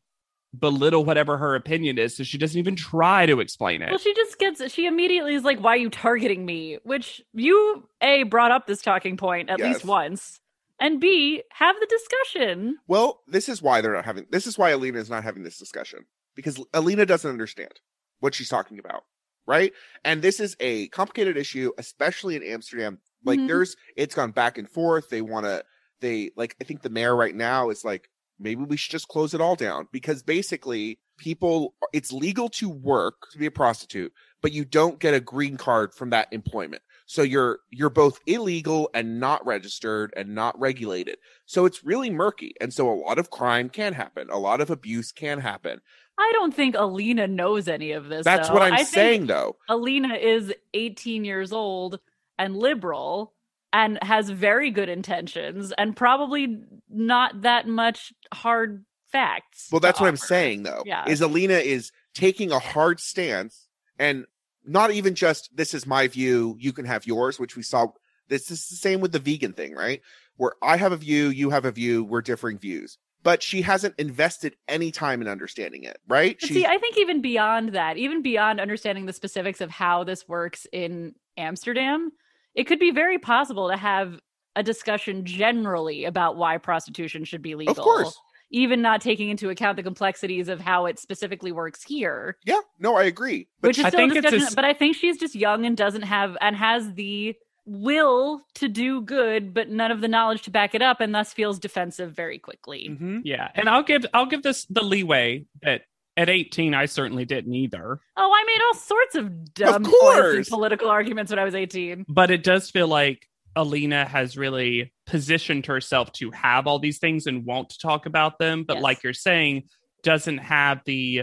belittle whatever her opinion is. So she doesn't even try to explain it. Well, she just gets she immediately is like, "Why are you targeting me?" Which you a brought up this talking point at Yes. least once, and b have the discussion. Well, this is why they're not having this is why Alina is not having this discussion because Alina doesn't understand what she's talking about, right? And this is a complicated issue, especially in Amsterdam. Like Mhm. there's it's gone back and forth. They want to they like I think the mayor right now is like maybe we should just close it all down because basically people it's legal to work to be a prostitute, but you don't get a green card from that employment. So you're you're both illegal and not registered and not regulated. So it's really murky. And so a lot of crime can happen. A lot of abuse can happen. I don't think Alina knows any of this. That's though. what I'm I think saying though. Alina is 18 years old and liberal and has very good intentions and probably not that much hard facts. Well, to that's what I'm offer. saying though. Yeah. Is Alina is taking a hard stance and not even just this is my view, you can have yours, which we saw this is the same with the vegan thing, right? Where I have a view, you have a view, we're differing views. But she hasn't invested any time in understanding it, right? But She's- see, I think even beyond that, even beyond understanding the specifics of how this works in Amsterdam, it could be very possible to have a discussion generally about why prostitution should be legal. of course. Even not taking into account the complexities of how it specifically works here. Yeah. No, I agree. But which is I still a think it's a discussion, s- but I think she's just young and doesn't have and has the will to do good, but none of the knowledge to back it up, and thus feels defensive very quickly. Mhm. Yeah, and I'll give I'll give this the leeway that at 18 I certainly didn't either. Oh, I made all sorts of dumb choices, course. political arguments when I was 18. But it does feel like Alina has really positioned herself to have all these things and want to talk about them, but Yes. like you're saying, doesn't have the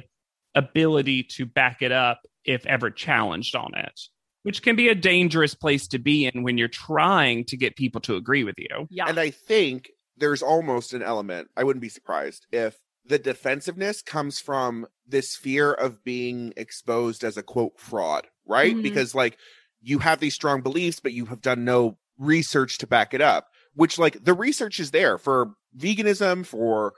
ability to back it up if ever challenged on it, which can be a dangerous place to be in when you're trying to get people to agree with you. Yeah. And I think there's almost an element, I wouldn't be surprised if the defensiveness comes from this fear of being exposed as a quote fraud, right? Mhm. Because like you have these strong beliefs, but you have done no research to back it up, which like the research is there for veganism, for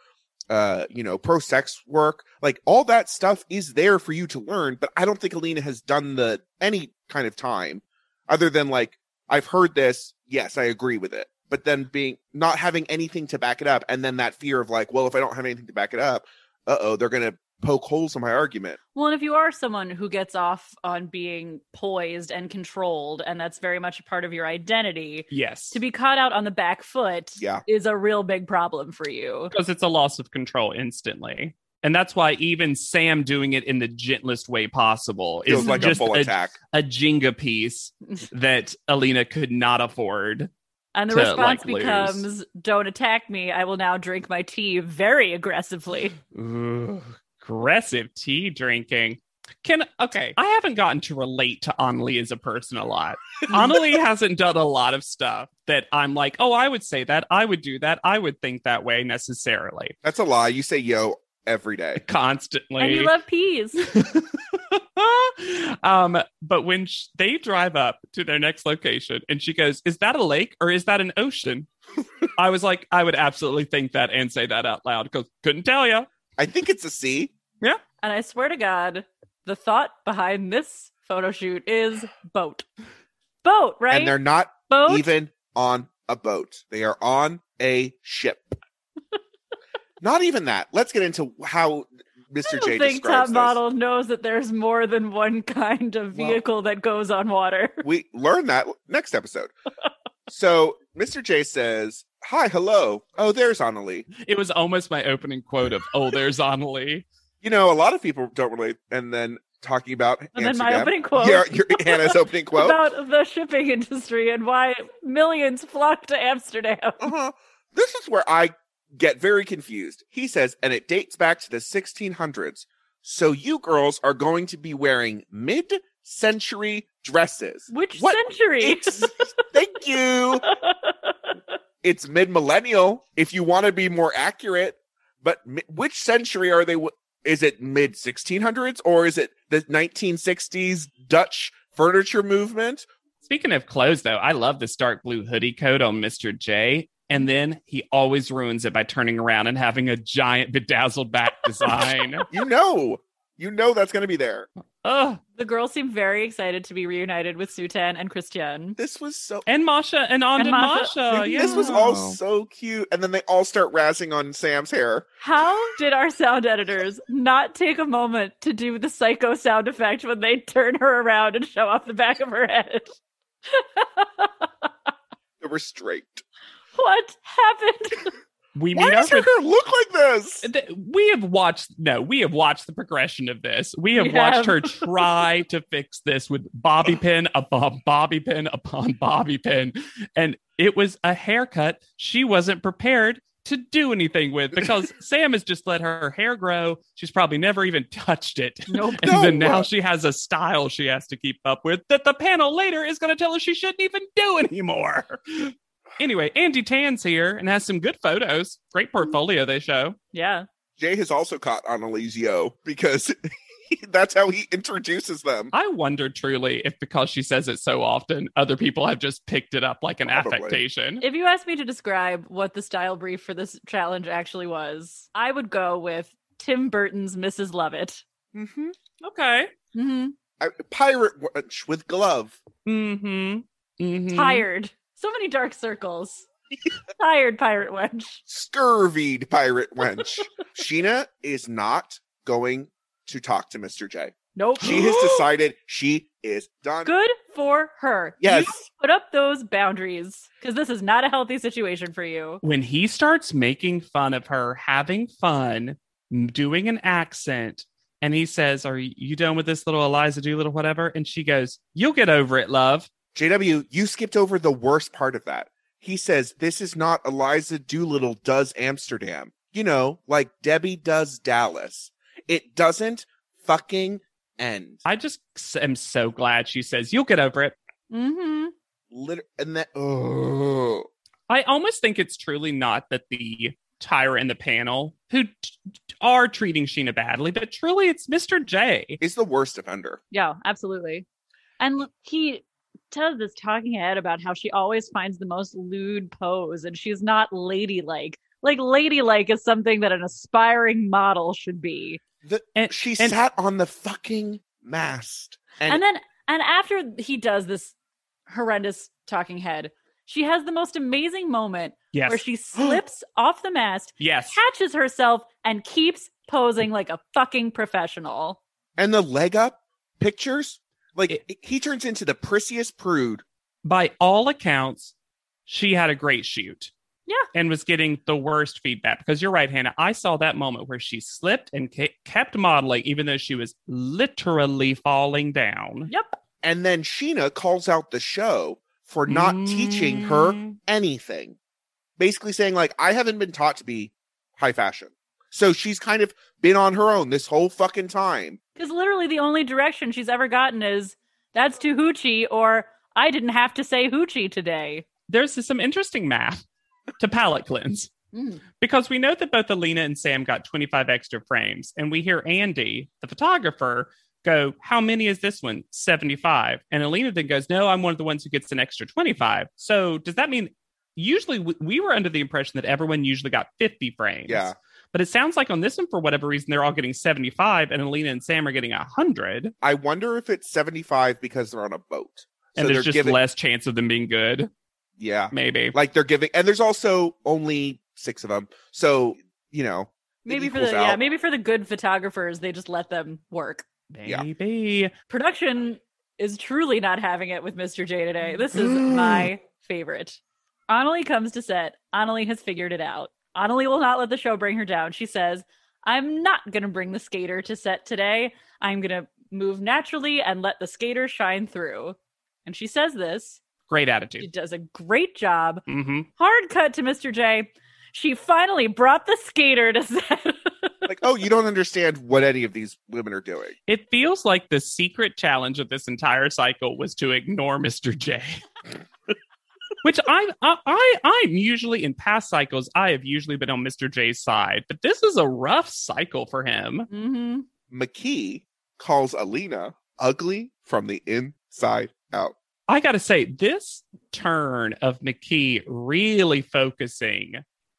uh, you know, pro sex work, like all that stuff is there for you to learn, but I don't think Alina has done the any kind of time other than like I've heard this, yes, I agree with it. But then being not having anything to back it up, and then that fear of like, well, if I don't have anything to back it up, uh oh, they're gonna poke holes in my argument. Well, and if you are someone who gets off on being poised and controlled, and that's very much a part of your identity, Yes. to be caught out on the back foot Yeah. is a real big problem for you. because it's a loss of control instantly. And that's why even Sam doing it in the gentlest way possible Feels is like a just full a, attack. a Jenga piece that Alina could not afford. And the To, response like, lose. becomes, Don't attack me. I will now drink my tea very aggressively. Ugh, aggressive tea drinking. Can okay, I haven't gotten to relate to Annalie as a person a lot. Annalie hasn't done a lot of stuff that I'm like, oh, I would say that, I would do that, I would think that way necessarily, That's a lie. You say yo every day. constantly. And you love peas. um, but when sh- they drive up to their next location and she goes, Is that a lake or is that an ocean? I was like, I would absolutely think that and say that out loud because couldn't tell you. I think it's a C. and I swear to God, the thought behind this photo shoot is boat. Boat, right? And they're not boat. even on a boat. They are on a ship. not even that. Let's get into how I Mr. don't J think describes top this. model knows that there's more than one kind of Well- vehicle that goes on water. we learn that next episode. so Mr. J says, Hi, hello. Oh, there's Annalie. It was almost my opening quote of, Oh, there's Annalie. You know, a lot of people don't relate. And then talking about And then my Amsterdam. opening quote Yeah, your, Hannah's opening quote. about the shipping industry and why millions flock to Amsterdam. uh-huh. This is where I get very confused. He says, and it dates back to the 1600s. So you girls are going to be wearing mid century dresses. Which What? century? It's- Thank you. It's mid millennial if you want to be more accurate. But mi- which century are they? W- is it mid 1600s or is it the 1960s Dutch furniture movement? Speaking of clothes, though, I love this dark blue hoodie coat on Mr. J. And then he always ruins it by turning around and having a giant bedazzled back design. You know, you know that's going to be there. Ugh. the girls seem very excited to be reunited with Sutan and Christian. This was so. And Masha and on And to Masha. Masha. This was yeah. all so cute. And then they all start razzing on Sam's hair. How did our sound editors not take a moment to do the psycho sound effect when they turn her around and show off the back of her head? They were straight. What happened? we Why meet does up her with hair look like this? th- we have watched no we have watched the progression of this we have We have. watched her try to fix this with bobby pin upon bobby pin upon bobby pin and it was a haircut she wasn't prepared to do anything with because sam has just let her hair grow she's probably never even touched it Nope. and No. then now she has a style she has to keep up with that the panel later is going to tell her she shouldn't even do anymore anyway andy tan's here and has some good photos Mm-hmm. great portfolio they show Yeah. Jay has also caught Annalise Yo because that's how he introduces them. I wonder truly if because she says it so often, other people have just picked it up like an Probably. affectation. If you asked me to describe what the style brief for this challenge actually was, I would go with Tim Burton's Mrs. Lovett. Mm-hmm. Okay. Mm-hmm. I, pirate watch with glove. Mm-hmm. mm-hmm. Tired. So many dark circles. Tired pirate wench. Scurvied pirate wench. Sheena is not going to talk to Mr. J. Nope. She has decided she is done. Good for her. You Yes. put up those boundaries because this is not a healthy situation for you. when he starts making fun of her, having fun, m- doing an accent, and he says, Are you done with this little Eliza Doolittle, whatever? And she goes, You'll get over it, love. JW, you skipped over the worst part of that. He says, This is not Eliza Doolittle does Amsterdam. You know, like Debbie does Dallas. It doesn't fucking end. I just s- am so glad she says, You'll get over it. Mm-hmm. Liter- and that, oh. I almost think it's truly not that the Tyra and the panel who t- t- are treating Sheena badly, but truly it's Mr. J. It's the worst offender. Yeah, absolutely. And l- he tells this talking head about how she always finds the most lewd pose and she's not ladylike. Like ladylike is something that an aspiring model should be. And She and- sat on the fucking mast. And, And, then and after he does this horrendous talking head, she has the most amazing moment yes, where she slips off the mast, yes. catches herself and keeps posing like a fucking professional. and the leg up pictures, like It- he turns into the prissiest prude. by all accounts, she had a great shoot. Yeah. And was getting the worst feedback because you're right, Hannah. I saw that moment where she slipped and ke- kept modeling, even though she was literally falling down. Yep. And then Sheena calls out the show for not teaching her Mm. anything. Basically saying, like, I haven't been taught to be high fashion. So she's kind of been on her own this whole fucking time. Because literally the only direction she's ever gotten is that's too hoochie or I didn't have to say hoochie today. There's some interesting math to palate cleanse because we know that both Alina and Sam got 25 extra frames, and we hear Andy, the photographer, go, "How many is this one? 75." And Alina then goes, "No, I'm one of the ones who gets an extra 25." So does that mean? Usually, we- we were under the impression that everyone usually got 50 frames. Yeah. But it sounds like on this one, for whatever reason, they're all getting 75, and Alina and Sam are getting 100, I wonder if it's 75 because they're on a boat. and they're there's just giving, less chance of them being good, yeah. maybe. Like they're giving, and there's also only six of them. So, you know, it Maybe for equals the yeah, out. maybe for the good photographers, they just let them work. Yeah. Maybe. Production is truly not having it with Mr. J today. This is my favorite. Annalie comes to set. Annalie has figured it out. Annalie will not let the show bring her down. She says, I'm not going to bring the skater to set today. I'm going to move naturally and let the skater shine through. And she says this. Great She attitude. does a great job. hmm Hard cut to Mr. J. She finally brought the skater to set. like, oh, you don't understand what any of these women are doing. It feels like the secret challenge of this entire cycle was to ignore Mr. J. Which I, I I I'm usually in past cycles I have usually been on Mr. J's side, but this is a rough cycle for him. mm-hmm. McKee calls Alina ugly from the inside out. I got to say this turn of McKee really focusing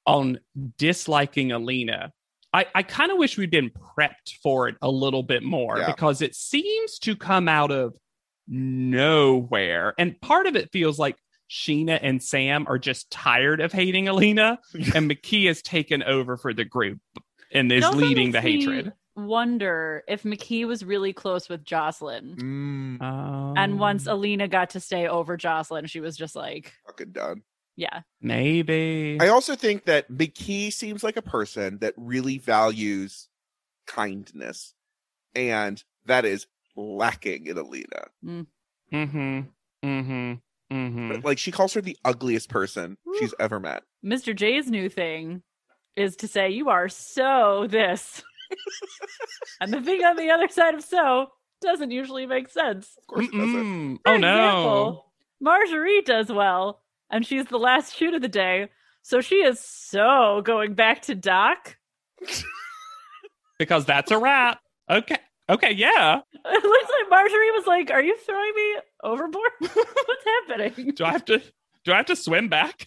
on disliking Alina. I, I kind of wish we'd been prepped for it a little bit more Yeah. because it seems to come out of nowhere. And part of it feels like Sheena and Sam are just tired of hating Alina, and McKee has taken over for the group and is also leading the makes me hatred. Wonder if McKee was really close with Jocelyn. Mm, And once Um, Alina got to stay over Jocelyn, she was just like, fucking done. yeah. maybe. I also think that McKee seems like a person that really values kindness, and that is lacking in Alina. mm-hmm. Mm-hmm. Mm-hmm. But, Like she calls her the ugliest person she's ever met. Mr. J's new thing is to say, you are so this. and the thing on the other side of so doesn't usually make sense. Of course, it doesn't. Mm-mm. For Oh no. example, Marjorie does well, and she's the last shoot of the day. So she is so going back to Doc. Because that's a wrap. Okay. Okay, yeah. It looks like Marjorie was like, Are you throwing me overboard? What's happening? Do I have to do I have to swim back?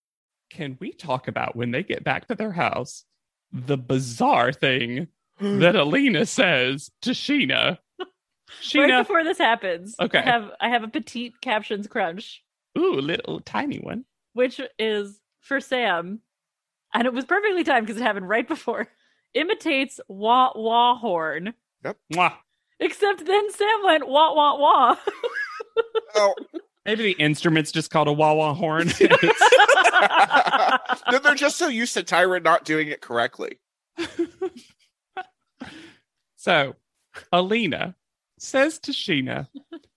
Can we talk about when they get back to their house? The bizarre thing that Alina says to Sheena. right Sheena, before this happens, Okay. I have I have a petite captions crunch, ooh, little tiny one. which is for Sam, and it was perfectly timed because it happened right before. Imitates wah wah horn, Mwah. except then Sam went wah wah wah. Oh, Maybe the instrument's just called a wah wah horn. It's- no, they're just so used to Tyra not doing it correctly. So Alina says to Sheena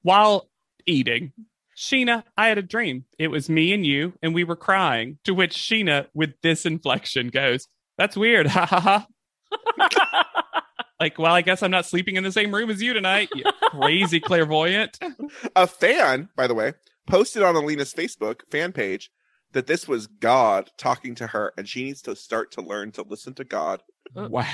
while eating, Sheena, I had a dream. It was me and you, and we were crying. To which Sheena, with this inflection, goes, That's weird. Ha ha ha. Like, well, I guess I'm not sleeping in the same room as you tonight. You crazy clairvoyant. A fan, by the way, posted on Alina's Facebook fan page that this was God talking to her and she needs to start to learn to listen to God. Wow.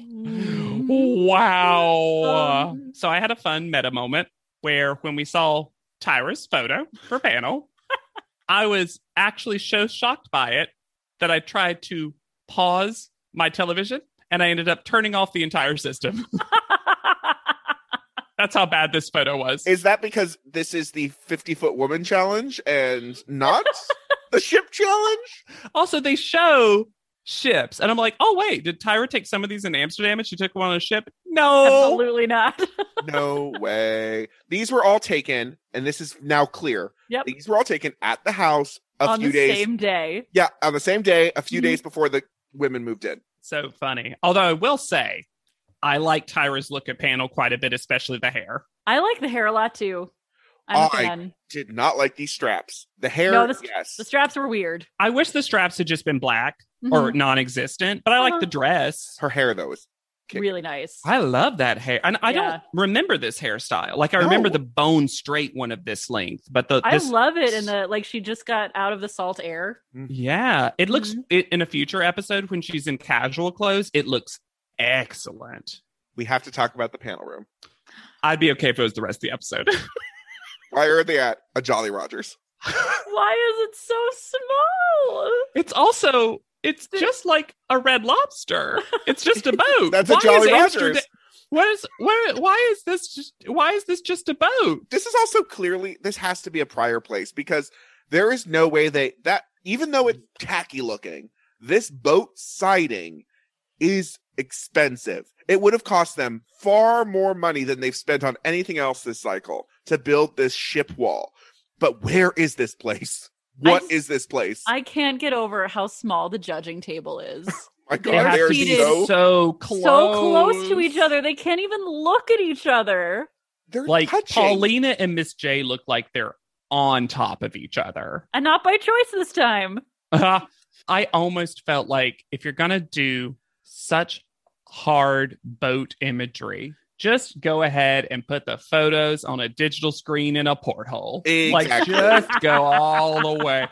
Mm-hmm. Wow. Um. so I had a fun meta moment where when we saw Tyra's photo for panel, I was actually so shocked by it that I tried to pause my television and I ended up turning off the entire system. That's how bad this photo was. Is that because this is the 50 foot woman challenge and not the ship challenge? also, they show ships, and I'm like, oh, wait, did Tyra take some of these in Amsterdam and she took one on a ship? No. Absolutely not. No way. These were all taken, and this is now clear. Yep. These were all taken at the house a On few the days. same day. Yeah, on the same day, a few Mhm. days before the women moved in. So funny. Although I will say, I like Tyra's look at panel quite a bit, especially the hair. I like the hair a lot too. I'm a I- fan. Did not like these straps. The hair, No, the- yes. The straps were weird. Mm-hmm. I wish the straps had just been black or Mm-hmm. non existent, but I like the Uh-huh. dress. Her hair, though, is kick. really nice. I love that hair. And I Yeah. don't remember this hairstyle. Like, I remember No. the bone straight one of this length, but the. I This, love it in the like she just got out of the salt air. yeah. It looks Mm-hmm. Mhm. it, in a future episode when she's in casual clothes, it looks excellent. we have to talk about the panel room. I'd be okay if it was the rest of the episode. Why are they at a Jolly Rogers? Why is it so small? It's also it's just like a red lobster. It's just a boat. That's a Jolly Rogers. What is where? Why is this? Just, why is this just a boat? This is also clearly this has to be a prior place because there is no way they that even though it's tacky looking, this boat siding is expensive. It would have cost them far more money than they've spent on anything else this cycle to build this ship wall. But where is this place? I What is s- this place? I can't get over how small the judging table is. My God, They have they are to be so, close, So close to each other, they can't even look at each other. they're Like touching. Paulina and Miss J look like they're on top of each other. And not by choice this time. I almost felt like if you're gonna do such hard boat imagery, just go ahead and put the photos on a digital screen in a porthole. Like Exactly. just go all the way.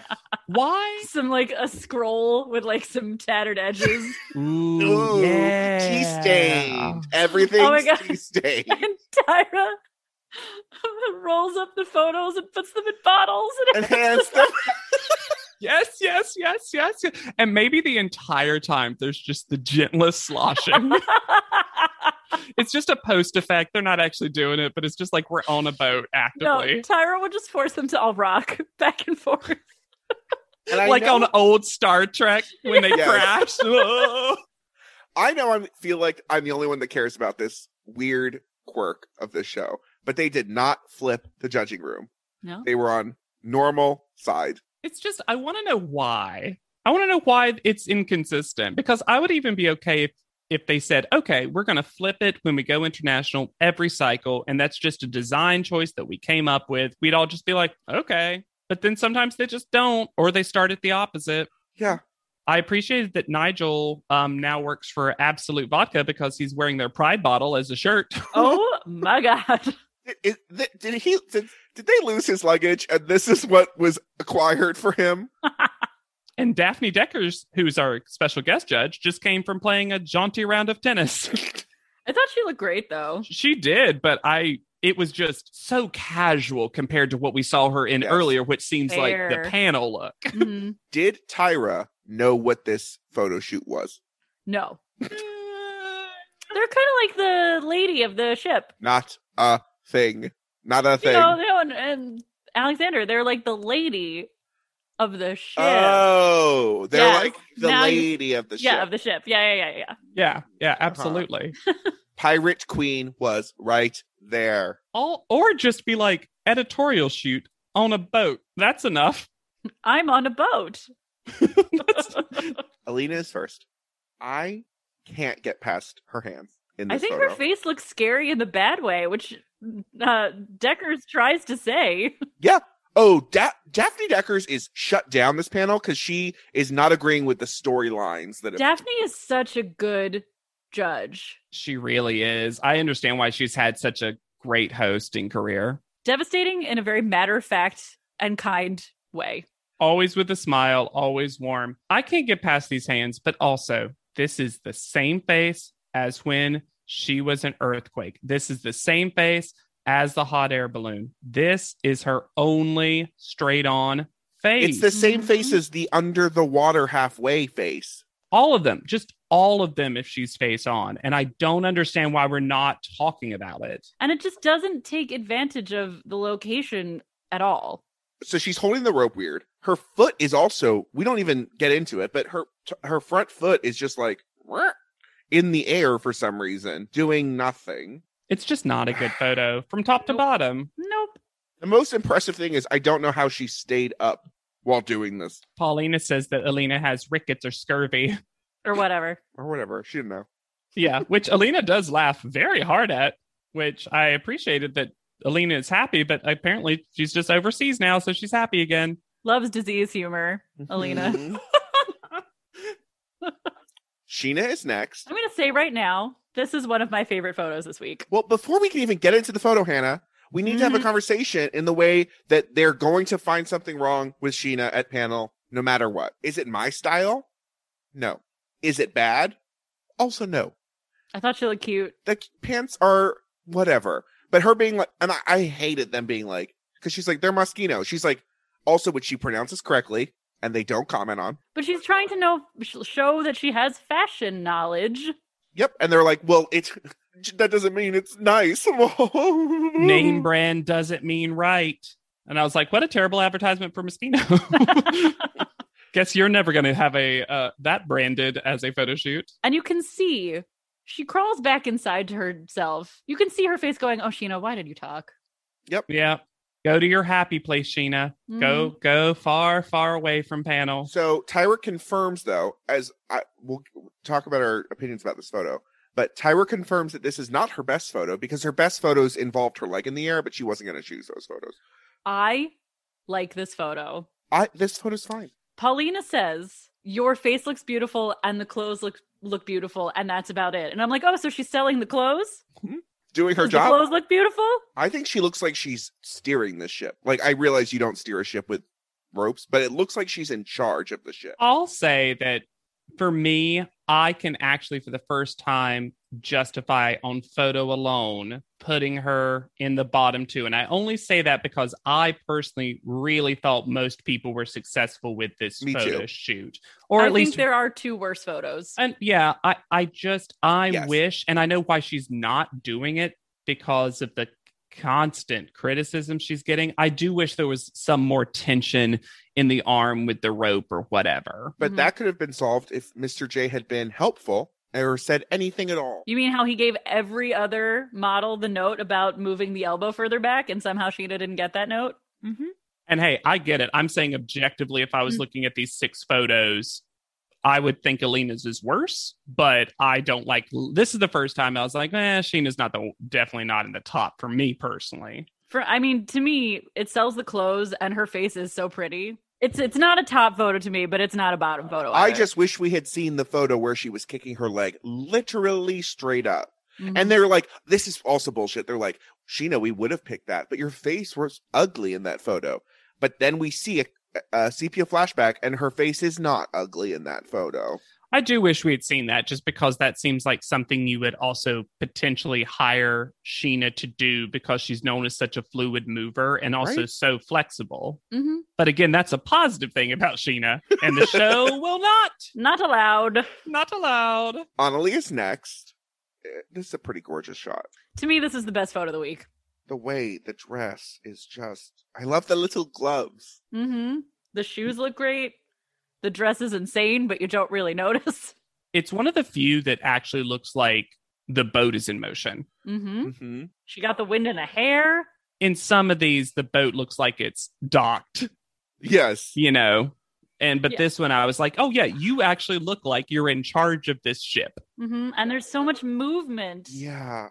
Why? Some like a scroll with like some tattered edges Ooh, Ooh, tea yeah. stained. Everything's Oh my God. tea stained. and Tyra rolls up the photos and puts them in bottles and and hands them. Yes, yes, yes, yes, yes. And maybe the entire time there's just the gentlest sloshing. it's just a post effect. They're not actually doing it, but it's just like we're on a boat No, actively. Tyra would just force them to all rock back and forth. And I like know, on old Star Trek when they Yes. crash. Ugh. I know I feel like I'm the only one that cares about this weird quirk of this show, but they did not flip the judging room. No. They were on normal side. it's just I want to know why. I want to know why it's inconsistent because I would even be okay if if they said, "Okay, we're going to flip it when we go international every cycle and that's just a design choice that we came up with." We'd all just be like, "Okay." But then sometimes they just don't or they start at the opposite. Yeah. I appreciated that Nigel um, now works for Absolute Vodka because he's wearing their Pride bottle as a shirt. Oh my god. Did, is- th- did he? Did, did they lose his luggage? And this is what was acquired for him. and Daphne Deckers, who's our special guest judge, just came from playing a jaunty round of tennis. I thought she looked great though. she did, but I it was just so casual compared to what we saw her in Yes. earlier, which seems like Fair. the panel look. Mhm. Did Tyra know what this photo shoot was? No. They're kind of like the lady of the ship. Not a thing. Not a thing. You know, you know, and, and Alexander, they're like the lady of the ship. Oh, they're Yes. like the Now you- lady of the yeah, ship. of the ship. Yeah, yeah, yeah, yeah. Yeah, yeah, absolutely. Pirate Queen was right there. All or just be like editorial shoot on a boat. That's enough. I'm on a boat. Alina is first. I can't get past her hands in this I think photo. her face looks scary in the bad way, which uh, Deckers tries to say. yeah. Oh, da- Daphne Deckers is shut down this panel because she is not agreeing with the storylines that. Have- Daphne is such a good judge. She really is. I understand why she's had such a great hosting career. Devastating in a very matter of fact and kind way. Always with a smile, always warm. I can't get past these hands, but also, this is the same face as when she was an earthquake. This is the same face as the hot air balloon. This is her only straight on face. it's the same Mhm. face as the under the water halfway face. all of them, just all of them if she's face on. And I don't understand why we're not talking about it. And it just doesn't take advantage of the location at all. So she's holding the rope weird. Her foot is also. We don't even get into it, but her t- her front foot is just like "Wah," in the air for some reason, doing nothing. It's just not a good photo from top to bottom. Nope. The most impressive thing is I don't know how she stayed up while doing this Paulina says that Alina has rickets or scurvy. Or whatever. or whatever. She didn't know. Yeah, which Alina does laugh very hard at, which I appreciated that Alina is happy, but apparently she's just overseas now, so she's happy again. Loves disease humor, Alina. Mhm. Sheena is next. I'm going to say right now, this is one of my favorite photos this week. Well, before we can even get into the photo, Hannah, we need to have a Mhm. conversation in the way that they're going to find something wrong with Sheena at panel, no matter what. Is it my style? No. Is it bad? Also, no. I thought she looked cute. The pants are whatever. But her being like, and I, I hated them being like, because she's like, they're Moschino. She's like, also, which she pronounces correctly and they don't comment on. But she's trying to know, sh- show that she has fashion knowledge. Yep. And they're like, well, it's that doesn't mean it's nice. Mm-hmm. Name Name brand doesn't mean right. And I was like, what a terrible advertisement for Moschino. Guess you're never going to have a uh, that branded as a photo shoot. And you can see she crawls back inside to herself. You can see her face going, Oh, Sheena, why did you talk? Yeah. Go to your happy place, Sheena. Mm-hmm. Go, go far, far away from panel. So Tyra confirms, though, as I we'll talk about our opinions about this photo, but Tyra confirms that this is not her best photo because her best photos involved her leg in the air, but she wasn't going to choose those photos. I like this photo. I this photo's fine. Paulina says, Your face looks beautiful and the clothes look look beautiful, and that's about it. And I'm like, Oh, so she's selling the clothes? Doing her Does the job. clothes look beautiful? I think she looks like she's steering the ship. Like I realize you don't steer a ship with ropes, but it looks like she's in charge of the ship. I'll say that for me, I can actually, for the first time, justify on photo alone putting her in the bottom two. And I only say that because I personally really thought most people were successful with this Me photo too. shoot, or I at least think there are two worse photos. and yeah, I, I just, I Yes. wish, and I know why she's not doing it because of the constant criticism she's getting. I do wish there was some more tension in the arm with the rope or whatever. But Mhm. that could have been solved if Mr. J had been helpful or said anything at all. You mean how he gave every other model the note about moving the elbow further back, and somehow Sheena didn't get that note? Mm-hmm. And hey, I get it. I'm saying objectively, if I was Mm. looking at these six photos, I would think Alina's is worse, but I don't like this is the first time I was like, eh, Sheena's not the definitely not in the top for me personally. For I mean, to me, it sells the clothes, and her face is so pretty. It's it's not a top photo to me, but it's not a bottom photo. I either. just wish we had seen the photo where she was kicking her leg literally straight up. Mhm. And they're like, this is also bullshit. They're like, Sheena, we would have picked that, but your face was ugly in that photo. But then we see a, a sepia flashback, and her face is not ugly in that photo. I do wish we had seen that just because that seems like something you would also potentially hire Sheena to do because she's known as such a fluid mover and also Right. so flexible. Mhm. But again, that's a positive thing about Sheena. And the show will not, not allowed. not allowed. Annalie is next. Eh, This is a pretty gorgeous shot. To me, this is the best photo of the week. The way the dress is just, I love the little gloves. Mm-hmm. The shoes look great. The dress is insane, but you don't really notice. It's one of the few that actually looks like the boat is in motion. Mm-hmm. Mm-hmm. She got the wind in her hair. In some of these, the boat looks like it's docked, Yes. you know. And but Yeah. this one, I was like, oh, yeah, you actually look like you're in charge of this ship. Mm-hmm. And there's so much movement. Yeah.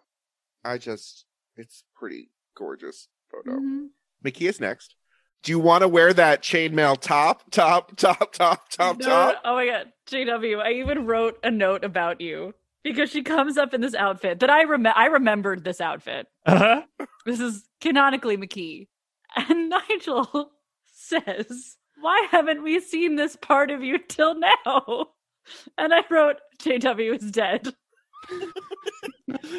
I just, it's pretty gorgeous photo. Mhm. Mickey is next. Do you want to wear that chainmail top, top, top, top, top, No, top? Oh my god, JW! I even wrote a note about you because she comes up in this outfit that I remember. I remembered this outfit. Uh-huh. This is canonically McKee, and Nigel says, "Why haven't we seen this part of you till now?" And I wrote, "JW is dead."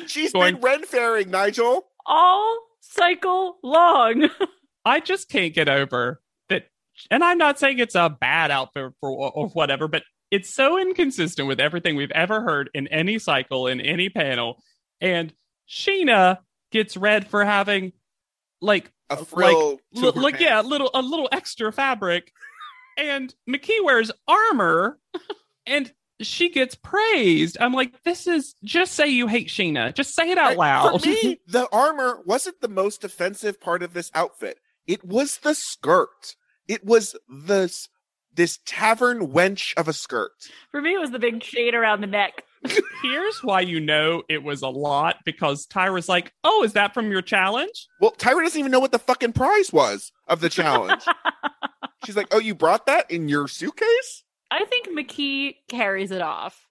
She's Going- been ren fairing, Nigel. All cycle long. I just can't get over that. And I'm not saying it's a bad outfit for or whatever, but it's so inconsistent with everything we've ever heard in any cycle in any panel. And Sheena gets red for having like A Like, frill. to li- her like pants. yeah, a little a little extra fabric. And McKee wears armor and she gets praised. I'm like, this is just say you hate Sheena. Just say it out Like, loud. For me, the armor wasn't the most offensive part of this outfit. It was the skirt. It was this this tavern wench of a skirt. For me, it was the big chain around the neck. Here's why you know it was a lot because Tyra's like, "Oh, is that from your challenge?" Well, Tyra doesn't even know what the fucking prize was of the challenge. She's like, "Oh, you brought that in your suitcase?" I think McKee carries it off.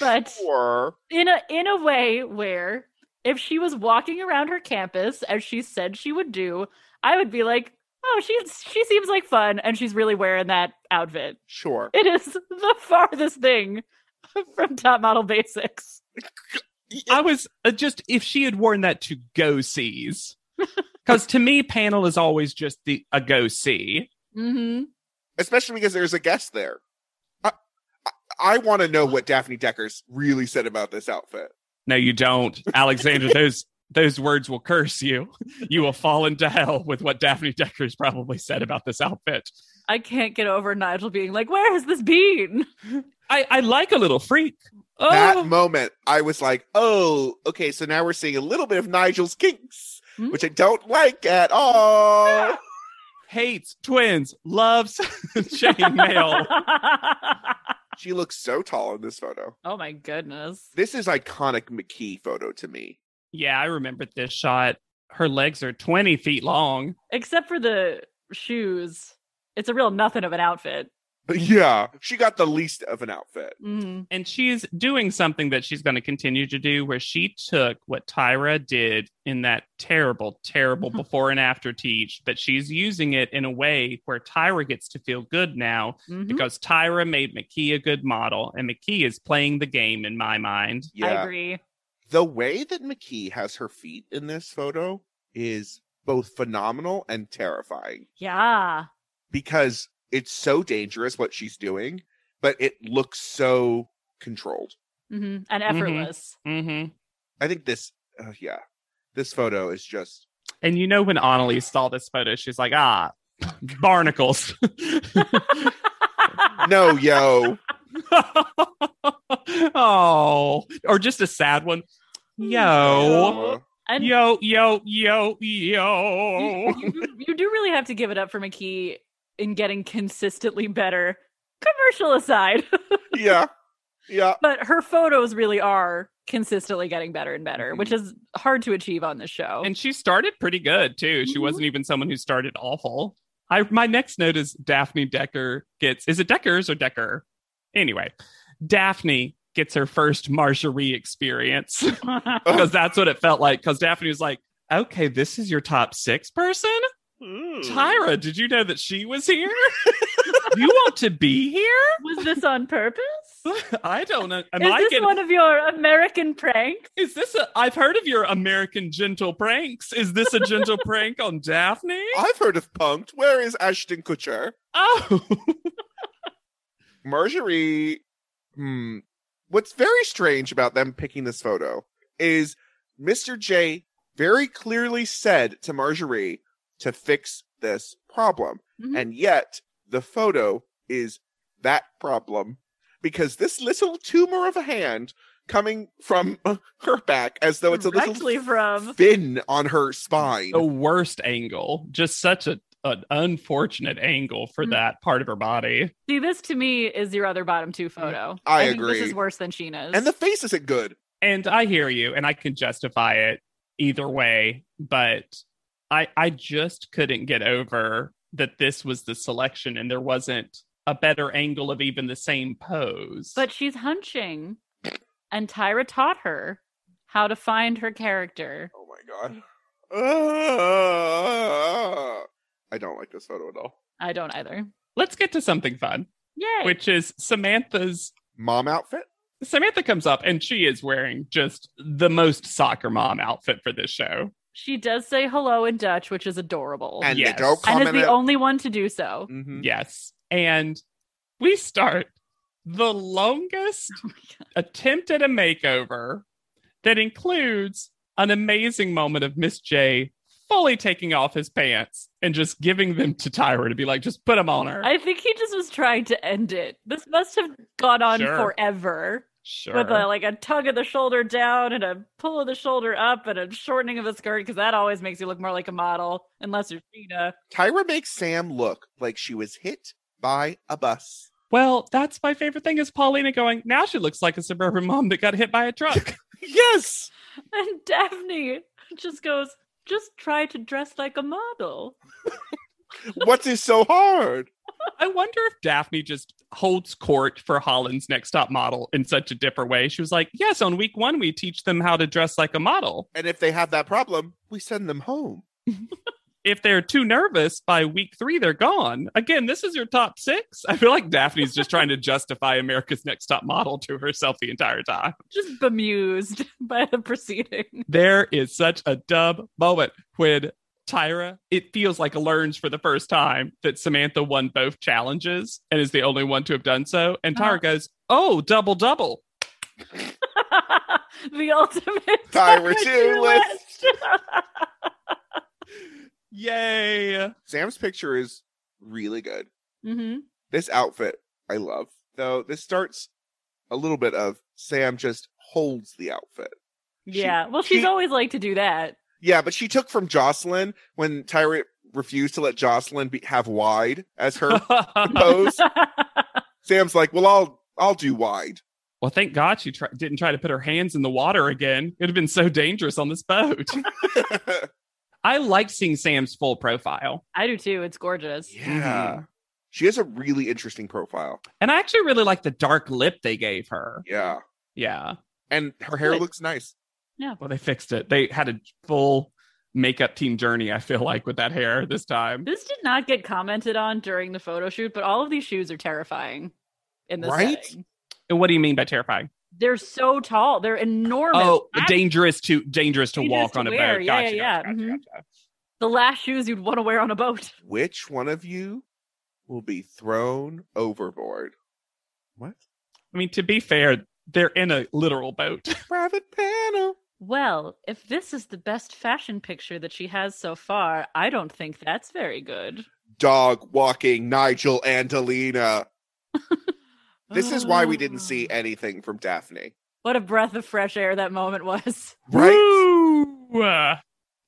But- Sure. in a in a way where if she was walking around her campus as she said she would do, I would be like, "Oh, she's she seems like fun, and she's really wearing that outfit." Sure. It is the farthest thing from top model basics. I was uh, just if she had worn that to go sees. Because to me, panel is always just the a go see. Mm-hmm. especially because there's a guest there. I, I, I want to know what Daphne Deckers really said about this outfit. No, you don't, Alexandra. those those words will curse you. You will fall into hell with what Daphne Deckers probably said about this outfit. I can't get over Nigel being like, "Where has this been?" I I like a little freak. Oh, That moment, I was like, oh, okay, so now we're seeing a little bit of Nigel's kinks, Hmm? which I don't like at all. hates twins, loves chainmail. she looks so tall in this photo. oh my goodness. This is iconic McKee photo to me. Yeah, I remembered this shot. Her legs are 20 feet long. Except for the shoes, it's a real nothing of an outfit. But yeah, she got the least of an outfit. hmm And she's doing something that she's going to continue to do, where she took what Tyra did in that terrible, terrible before and after teach, but she's using it in a way where Tyra gets to feel good now Mm-hmm. because Tyra made McKee a good model. And McKee is playing the game in my mind. Yeah. I agree. the way that McKee has her feet in this photo is both phenomenal and terrifying. Yeah. because it's so dangerous what she's doing, but it looks so controlled. hmm And effortless. Mm-hmm. I think this, uh, yeah, this photo is just And you know, when Annalise saw this photo, she's like, ah, barnacles. no, yo, oh, or just a sad one. Yo, uh, And Mm-hmm. yo, yo, yo, yo. you, you- you do really have to give it up for McKee in getting consistently better, commercial aside. yeah, yeah. but her photos really are consistently getting better and better, which Mm-hmm. is hard to achieve on this show. And she started pretty good too. She Mhm. wasn't even someone who started awful. I my next note is Daphne Decker gets is it Deckers or Decker? Anyway, Daphne gets her first marjorie experience Oh. because that's what it felt like. Because Daphne was like, "Okay, this is your top six person." Hmm. Hmm. Tyra, did you know that she was here? you want to be here? Was this on purpose? I don't know. Am Is I this getting? one of your American pranks? Is this a? I've heard of your American gentle pranks. Is this a gentle prank on Daphne? I've heard of punked. Where is Ashton Kutcher? Oh, Marjorie, hmm, what's very strange about them picking this photo is Mr. J very clearly said to Marjorie to fix this problem. Mhm. And yet the photo is that problem because this little tumor of a hand coming from her back as though it's a Directly little from. fin on her spine. the worst angle. Just such a an unfortunate angle for Mm. that part of her body. See, this to me is your other bottom two photo. Mm, I think agree. this is worse than Sheena's. And the face isn't good. and I hear you, and I can justify it either way, but I I just couldn't get over that this was the selection and there wasn't a better angle of even the same pose. But she's hunching, and Tyra taught her how to find her character. Oh my god. Ah. I don't like this photo at all. I don't either. let's get to something fun, Yay! which is Samantha's Mom outfit? Samantha comes up and she is wearing just the most soccer mom outfit for this show. she does say hello in Dutch, which is adorable, And yes. they don't and comment is the it- only one to do so. Mhm. Yes. And we start the longest Oh Mm. my God. attempt at a makeover that includes an amazing moment of Miss J fully taking off his pants and just giving them to Tyra to be like, just put them on her. I think he just was trying to end it. This must have gone on Sure. forever sure. with a, like a tug of the shoulder down and a pull of the shoulder up and a shortening of the skirt because that always makes you look more like a model unless you're Sheena. Tyra makes Sam look like she was hit by a bus. well, that's my favorite thing is Paulina going, now she looks like a suburban mom that got hit by a truck. Yes. And Daphne just goes, just try to dress like a model. what is so hard? I wonder if Daphne just holds court for Holland's next top model in such a different way. She was like, yes, on week one, we teach them how to dress like a model. And if they have that problem, we send them home. if they're too nervous by week three, they're gone. Again, this is your top six. I feel like Daphne's just trying to justify America's Next Top Model to herself the entire time. Just bemused by the proceeding. There is such a dub moment when Tyra, it feels like, learns for the first time that Samantha won both challenges and is the only one to have done so. And Tyra Uh-huh. goes, Oh, double, double. the ultimate Tyra Tyra Shoeless. Shoeless. Yay. Sam's picture is really good. Mhm. This outfit I love. Though this starts a little bit of Sam just holds the outfit. She- Yeah. well, she's she- always like to do that. Yeah, but she took from Jocelyn when Tyra refused to let Jocelyn be- have wide as her pose. Sam's like, "Well, I'll I'll do wide." Well, thank God she tr- didn't try to put her hands in the water again. It would have been so dangerous on this boat. I like seeing Sam's full profile. I do too. It's gorgeous. Mm-hmm. yeah. She has a really interesting profile. And I actually really like the dark lip they gave her. Yeah. Yeah. And her hair Good. looks nice. Well, they fixed it. They had a full makeup team journey, I feel like, with that hair this time. This did not get commented on during the photo shoot, but all of these shoes are terrifying in this Right? setting. And what do you mean by terrifying? They're so tall. They're enormous. Oh, I- dangerous to dangerous to Dangerous walk to on a wear. boat. Yeah, Gotcha, yeah, Mm-hmm. gotcha, yeah. gotcha, gotcha. the last shoes you'd want to wear on a boat. Which one of you will be thrown overboard? What? I mean, to be fair, they're in a literal boat. Private panel. Well, if this is the best fashion picture that she has so far, I don't think that's very good. Dog walking Nigel Angelina. This is why we didn't see Ah. anything from Daphne. Oh. What a breath of fresh air that moment was. Right? Woo! Uh,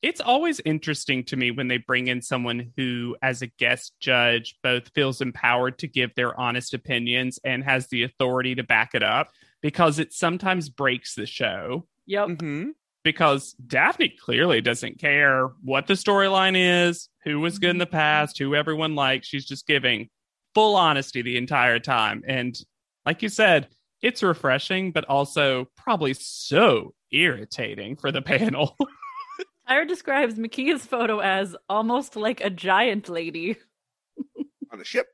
It's always interesting to me when they bring in someone who, as a guest judge, both feels empowered to give their honest opinions and has the authority to back it up because it sometimes breaks the show. Yep. hmm because Daphne clearly doesn't care what the storyline is, who was good in Mm-hmm. the past, who everyone likes. She's just giving full honesty the entire time. And like you said, it's refreshing, but also probably so irritating for the panel. Tyre describes McKee's photo as almost like a giant lady. on the ship.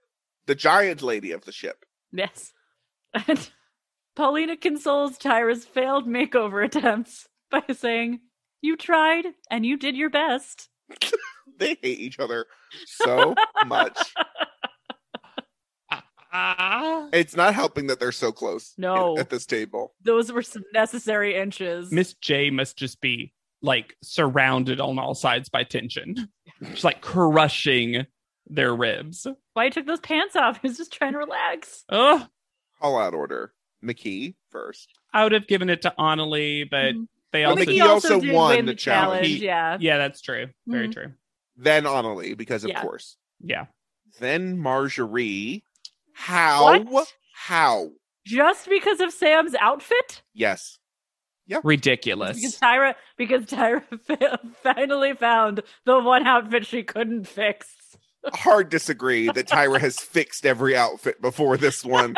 The giant lady of the ship. Yes. And Paulina consoles Tyra's failed makeover attempts by saying, You tried and you did your best. They hate each other so much. Ah. It's not helping that they're so close in- No. at this table. Those were some necessary inches. Miss J must just be like surrounded on all sides by tension. She's like crushing their ribs. Why he took those pants off? He was just trying to relax. Oh, Call out order. McKee first. I would have given it to Annalie, but Mhm. they Mm-hmm. Well, Mickey also, also did won win the challenge. He- Yeah. yeah, that's true. Very Mhm. true. Then Annalie, because of Yeah. course. Yeah. Then Marjorie. How? What? How? Just because of Sam's outfit? Yes. Because Ridiculous. Tyra, because Tyra fa- finally found the one outfit she couldn't fix. Hard disagree that Tyra has fixed every outfit before this one.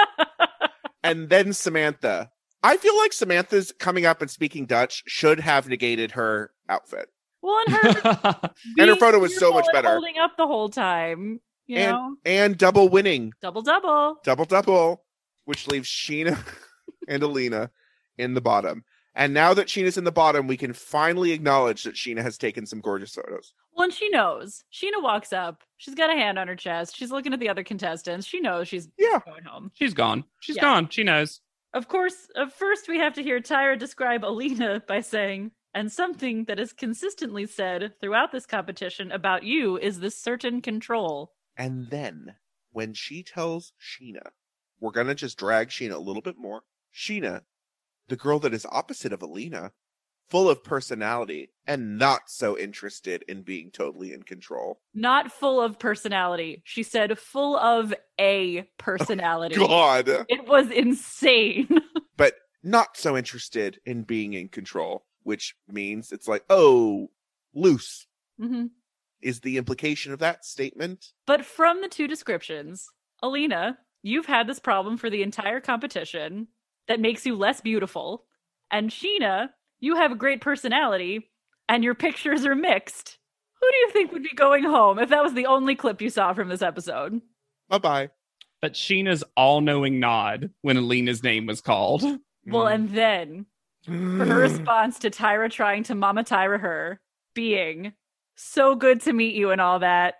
and then Samantha. I feel like Samantha's coming up and speaking Dutch should have negated her outfit. Well, and her, And her being photo was so cheerful much and better. Holding up the whole time, you know, And double winning. double double. double double, which leaves Sheena and Alina in the bottom. And now that Sheena's in the bottom, we can finally acknowledge that Sheena has taken some gorgeous photos. Well, and she knows. Sheena walks up. She's got a hand on her chest. She's looking at the other contestants. She knows she's Yeah. going home. She's gone. She's Yeah. gone. She knows. Of course, uh, first we have to hear Tyra describe Alina by saying, and something that is consistently said throughout this competition about you is this certain control. And then when she tells Sheena, we're going to just drag Sheena a little bit more, Sheena, the girl that is opposite of Alina, full of personality and not so interested in being totally in control. Not full of personality. She said full of a personality. Oh God, It was insane. not so interested in being in control, which means it's like, oh, loose. Mhm. is the implication of that statement. But from the two descriptions, Alina, you've had this problem for the entire competition that makes you less beautiful. And Sheena, you have a great personality and your pictures are mixed. Who do you think would be going home if that was the only clip you saw from this episode? Bye bye. But Sheena's all knowing nod when Alina's name was called. Well, Mm. and then her response to Tyra trying to Mama Tyra her being so good to meet you and all that.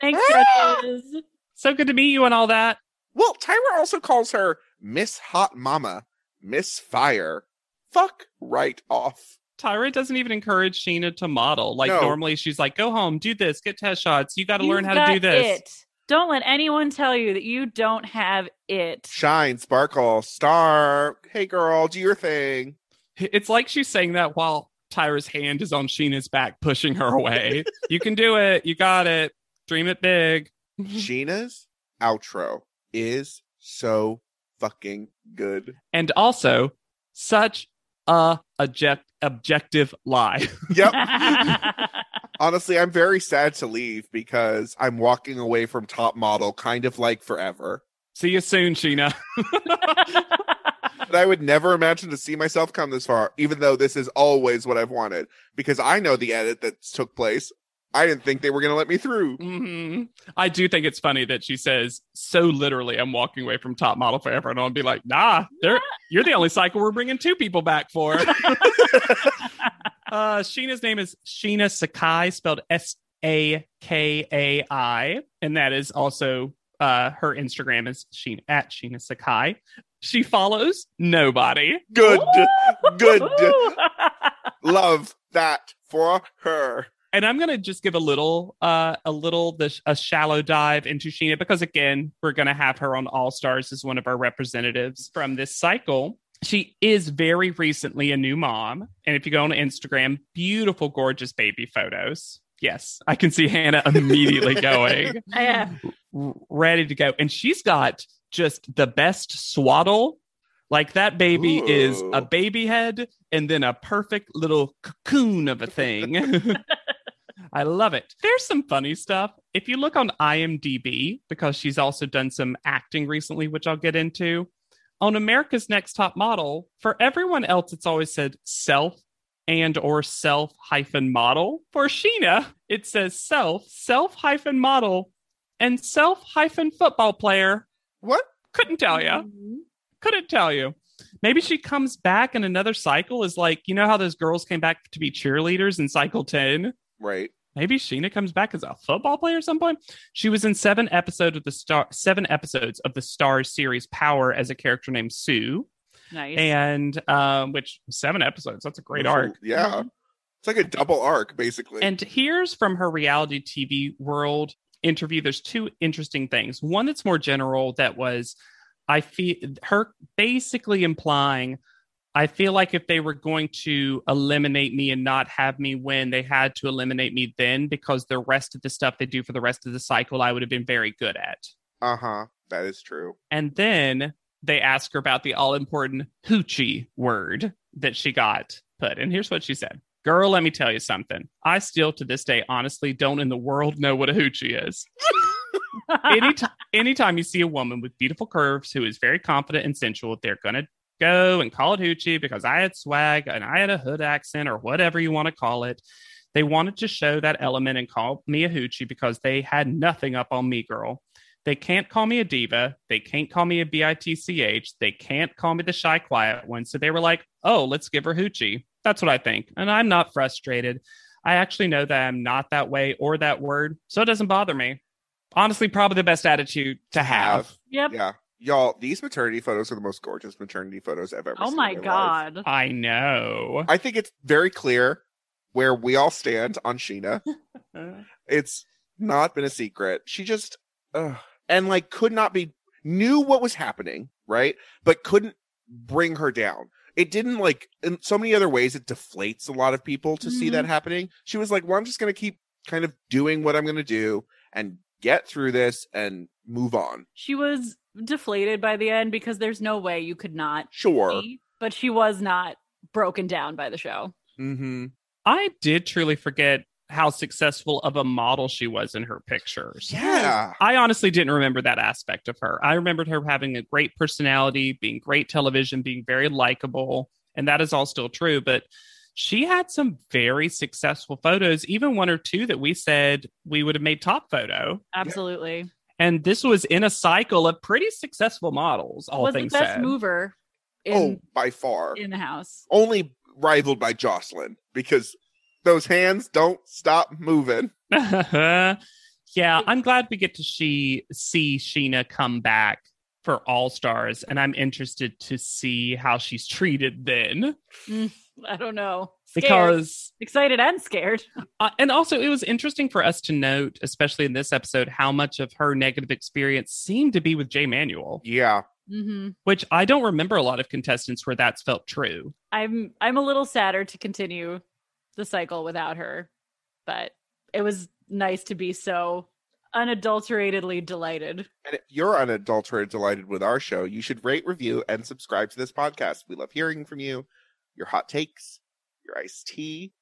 Thanks, crutches. So good to meet you and all that. well, Tyra also calls her Miss Hot Mama, Miss Fire. Fuck right off. Tyra doesn't even encourage Sheena to model. Like No. normally she's like, go home, do this, get test shots. You gotta You've learn how got to do this. it. Don't let anyone tell you that you don't have it. Shine, sparkle, star. Hey, girl, do your thing. It's like she's saying that while Tyra's hand is on Sheena's back, pushing her away. you can do it. You got it. Dream it big. Sheena's outro is so fucking good. And also, such a object objective lie. Yep. Honestly, I'm very sad to leave because I'm walking away from top model kind of like forever. See you soon, Sheena. But I would never imagine to see myself come this far, even though this is always what I've wanted. Because I know the edit that took place. I didn't think they were going to let me through. Mhm. I do think it's funny that she says so literally. I'm walking away from top model forever, and I'll be like, nah, they're, you're the only cycle we're bringing two people back for. uh, Sheena's name is Sheena Sakai, spelled S A K A I, and that is also uh, her Instagram is Sheena at Sheena Sakai. She follows nobody. Good, good. Ooh. Love that for her. and I'm gonna just give a little, uh, a little, the a shallow dive into Sheena because again, we're gonna have her on All Stars as one of our representatives from this cycle. She is very recently a new mom, and if you go on Instagram, beautiful, gorgeous baby photos. Yes, I can see Hannah immediately going Yeah. r- ready to go, and she's got just the best swaddle Like that baby is a Ooh. baby head and then a perfect little cocoon of a thing. I love it. There's some funny stuff. If you look on IMDb, because she's also done some acting recently, which I'll get into, on America's Next Top Model, for everyone else, it's always said self and or self hyphen model. For Sheena, it says self, self hyphen model, and self hyphen football player. What? Couldn't tell Mm-hmm. ya couldn't tell you. Maybe she comes back in another cycle is like, you know how those girls came back to be cheerleaders in cycle 10? Right. Maybe Sheena comes back as a football player at some point. She was in seven episodes of the star seven episodes of the Stars series Power as a character named Sue. Nice. And um, which seven episodes, that's a great Ooh, arc. Yeah. It's like a double arc, basically. And here's from her reality TV world interview. There's two interesting things. One that's more general that was I feel her basically implying I feel like if they were going to eliminate me and not have me win, they had to eliminate me then because the rest of the stuff they do for the rest of the cycle I would have been very good at. uh huh. That is true. And then they ask her about the all important hoochie word that she got put. And here's what she said Girl, let me tell you something. I still to this day honestly don't in the world know what a hoochie is. Anytime, anytime you see a woman with beautiful curves who is very confident and sensual, they're going to go and call it hoochie because I had swag and I had a hood accent or whatever you want to call it. They wanted to show that element and call me a hoochie because they had nothing up on me, girl. They can't call me a diva. They can't call me a bitch. They can't call me the shy, quiet one. So they were like, oh, let's give her hoochie. That's what I think. And I'm not frustrated. I actually know that I'm not that way or that word. So it doesn't bother me. Honestly, probably the best attitude to have. yep. Yeah. Y'all, these maternity photos are the most gorgeous maternity photos I've ever Oh seen. my in life. god. I know. I think it's very clear where we all stand on Sheena. it's not been a secret. She just ugh. and like could not be knew what was happening, right? But couldn't bring her down. It didn't like in so many other ways it deflates a lot of people to see Mhm. that happening. She was like, "Well, I'm just going to keep kind of doing what I'm going to do and get through this and move on." She was deflated by the end because there's no way you could not Sure. see, but she was not broken down by the show. Mhm. I did truly forget how successful of a model she was in her pictures. Yeah. I honestly didn't remember that aspect of her. I remembered her having a great personality, being great television, being very likable, and that is all still true. But she had some very successful photos, even one or two that we said we would have made top photo. Absolutely. And this was in a cycle of pretty successful models, all was the things best said. mover oh, in by far. in the house. Only rivaled by Jocelyn because those hands don't stop moving. yeah, I'm glad we get to she see Sheena come back for All Stars, and I'm interested to see how she's treated then I don't know. Scared. because. excited and scared. Uh, and also, it was interesting for us to note, especially in this episode, how much of her negative experience seemed to be with Jay Manuel, Yeah. hmm which I don't remember a lot of contestants where that's felt true. I'm I'm a little sadder to continue the cycle without her, but it was nice to be so unadulteratedly delighted. And if you're unadulterated delighted with our show, you should rate, review, and subscribe to this podcast. We love hearing from you, your hot takes, your iced tea.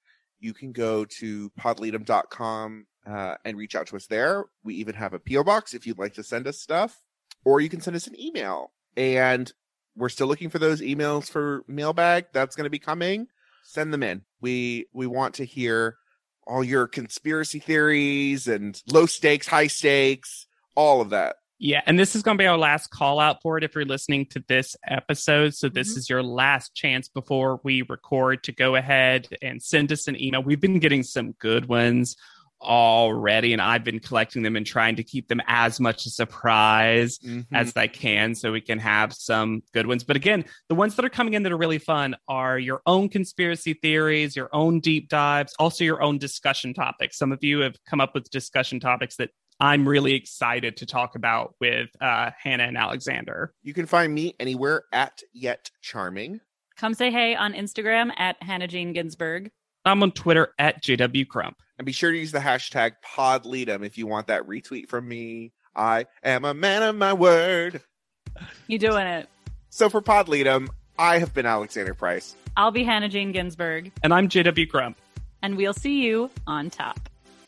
You can go to podleadum.com uh, and reach out to us there. We even have a P.O. box if you'd like to send us stuff, or you can send us an email. And we're still looking for those emails for mailbag. That's going to be coming. Send them in. We we want to hear all your conspiracy theories and low stakes, high stakes, all of that. Yeah. And this is going to be our last call out for it if you're listening to this episode. So, this is your last chance before we record to go ahead and send us an email. We've been getting some good ones already, and I've been collecting them and trying to keep them as much a surprise Mm-hmm. as I can so we can have some good ones. But again, the ones that are coming in that are really fun are your own conspiracy theories, your own deep dives, also your own discussion topics. Some of you have come up with discussion topics that I'm really excited to talk about with uh, Hannah and Alexander. You can find me anywhere at Yet Charming. Come say hey on Instagram at Hannah Jane Ginsburg. I'm on Twitter at JW Crump. And be sure to use the hashtag PodLeadem if you want that retweet from me. I am a man of my word. You doing it? So for Podleadum, I have been Alexander Price. I'll be Hannah Jane Ginsburg, And I'm JW Grump. and we'll see you on top.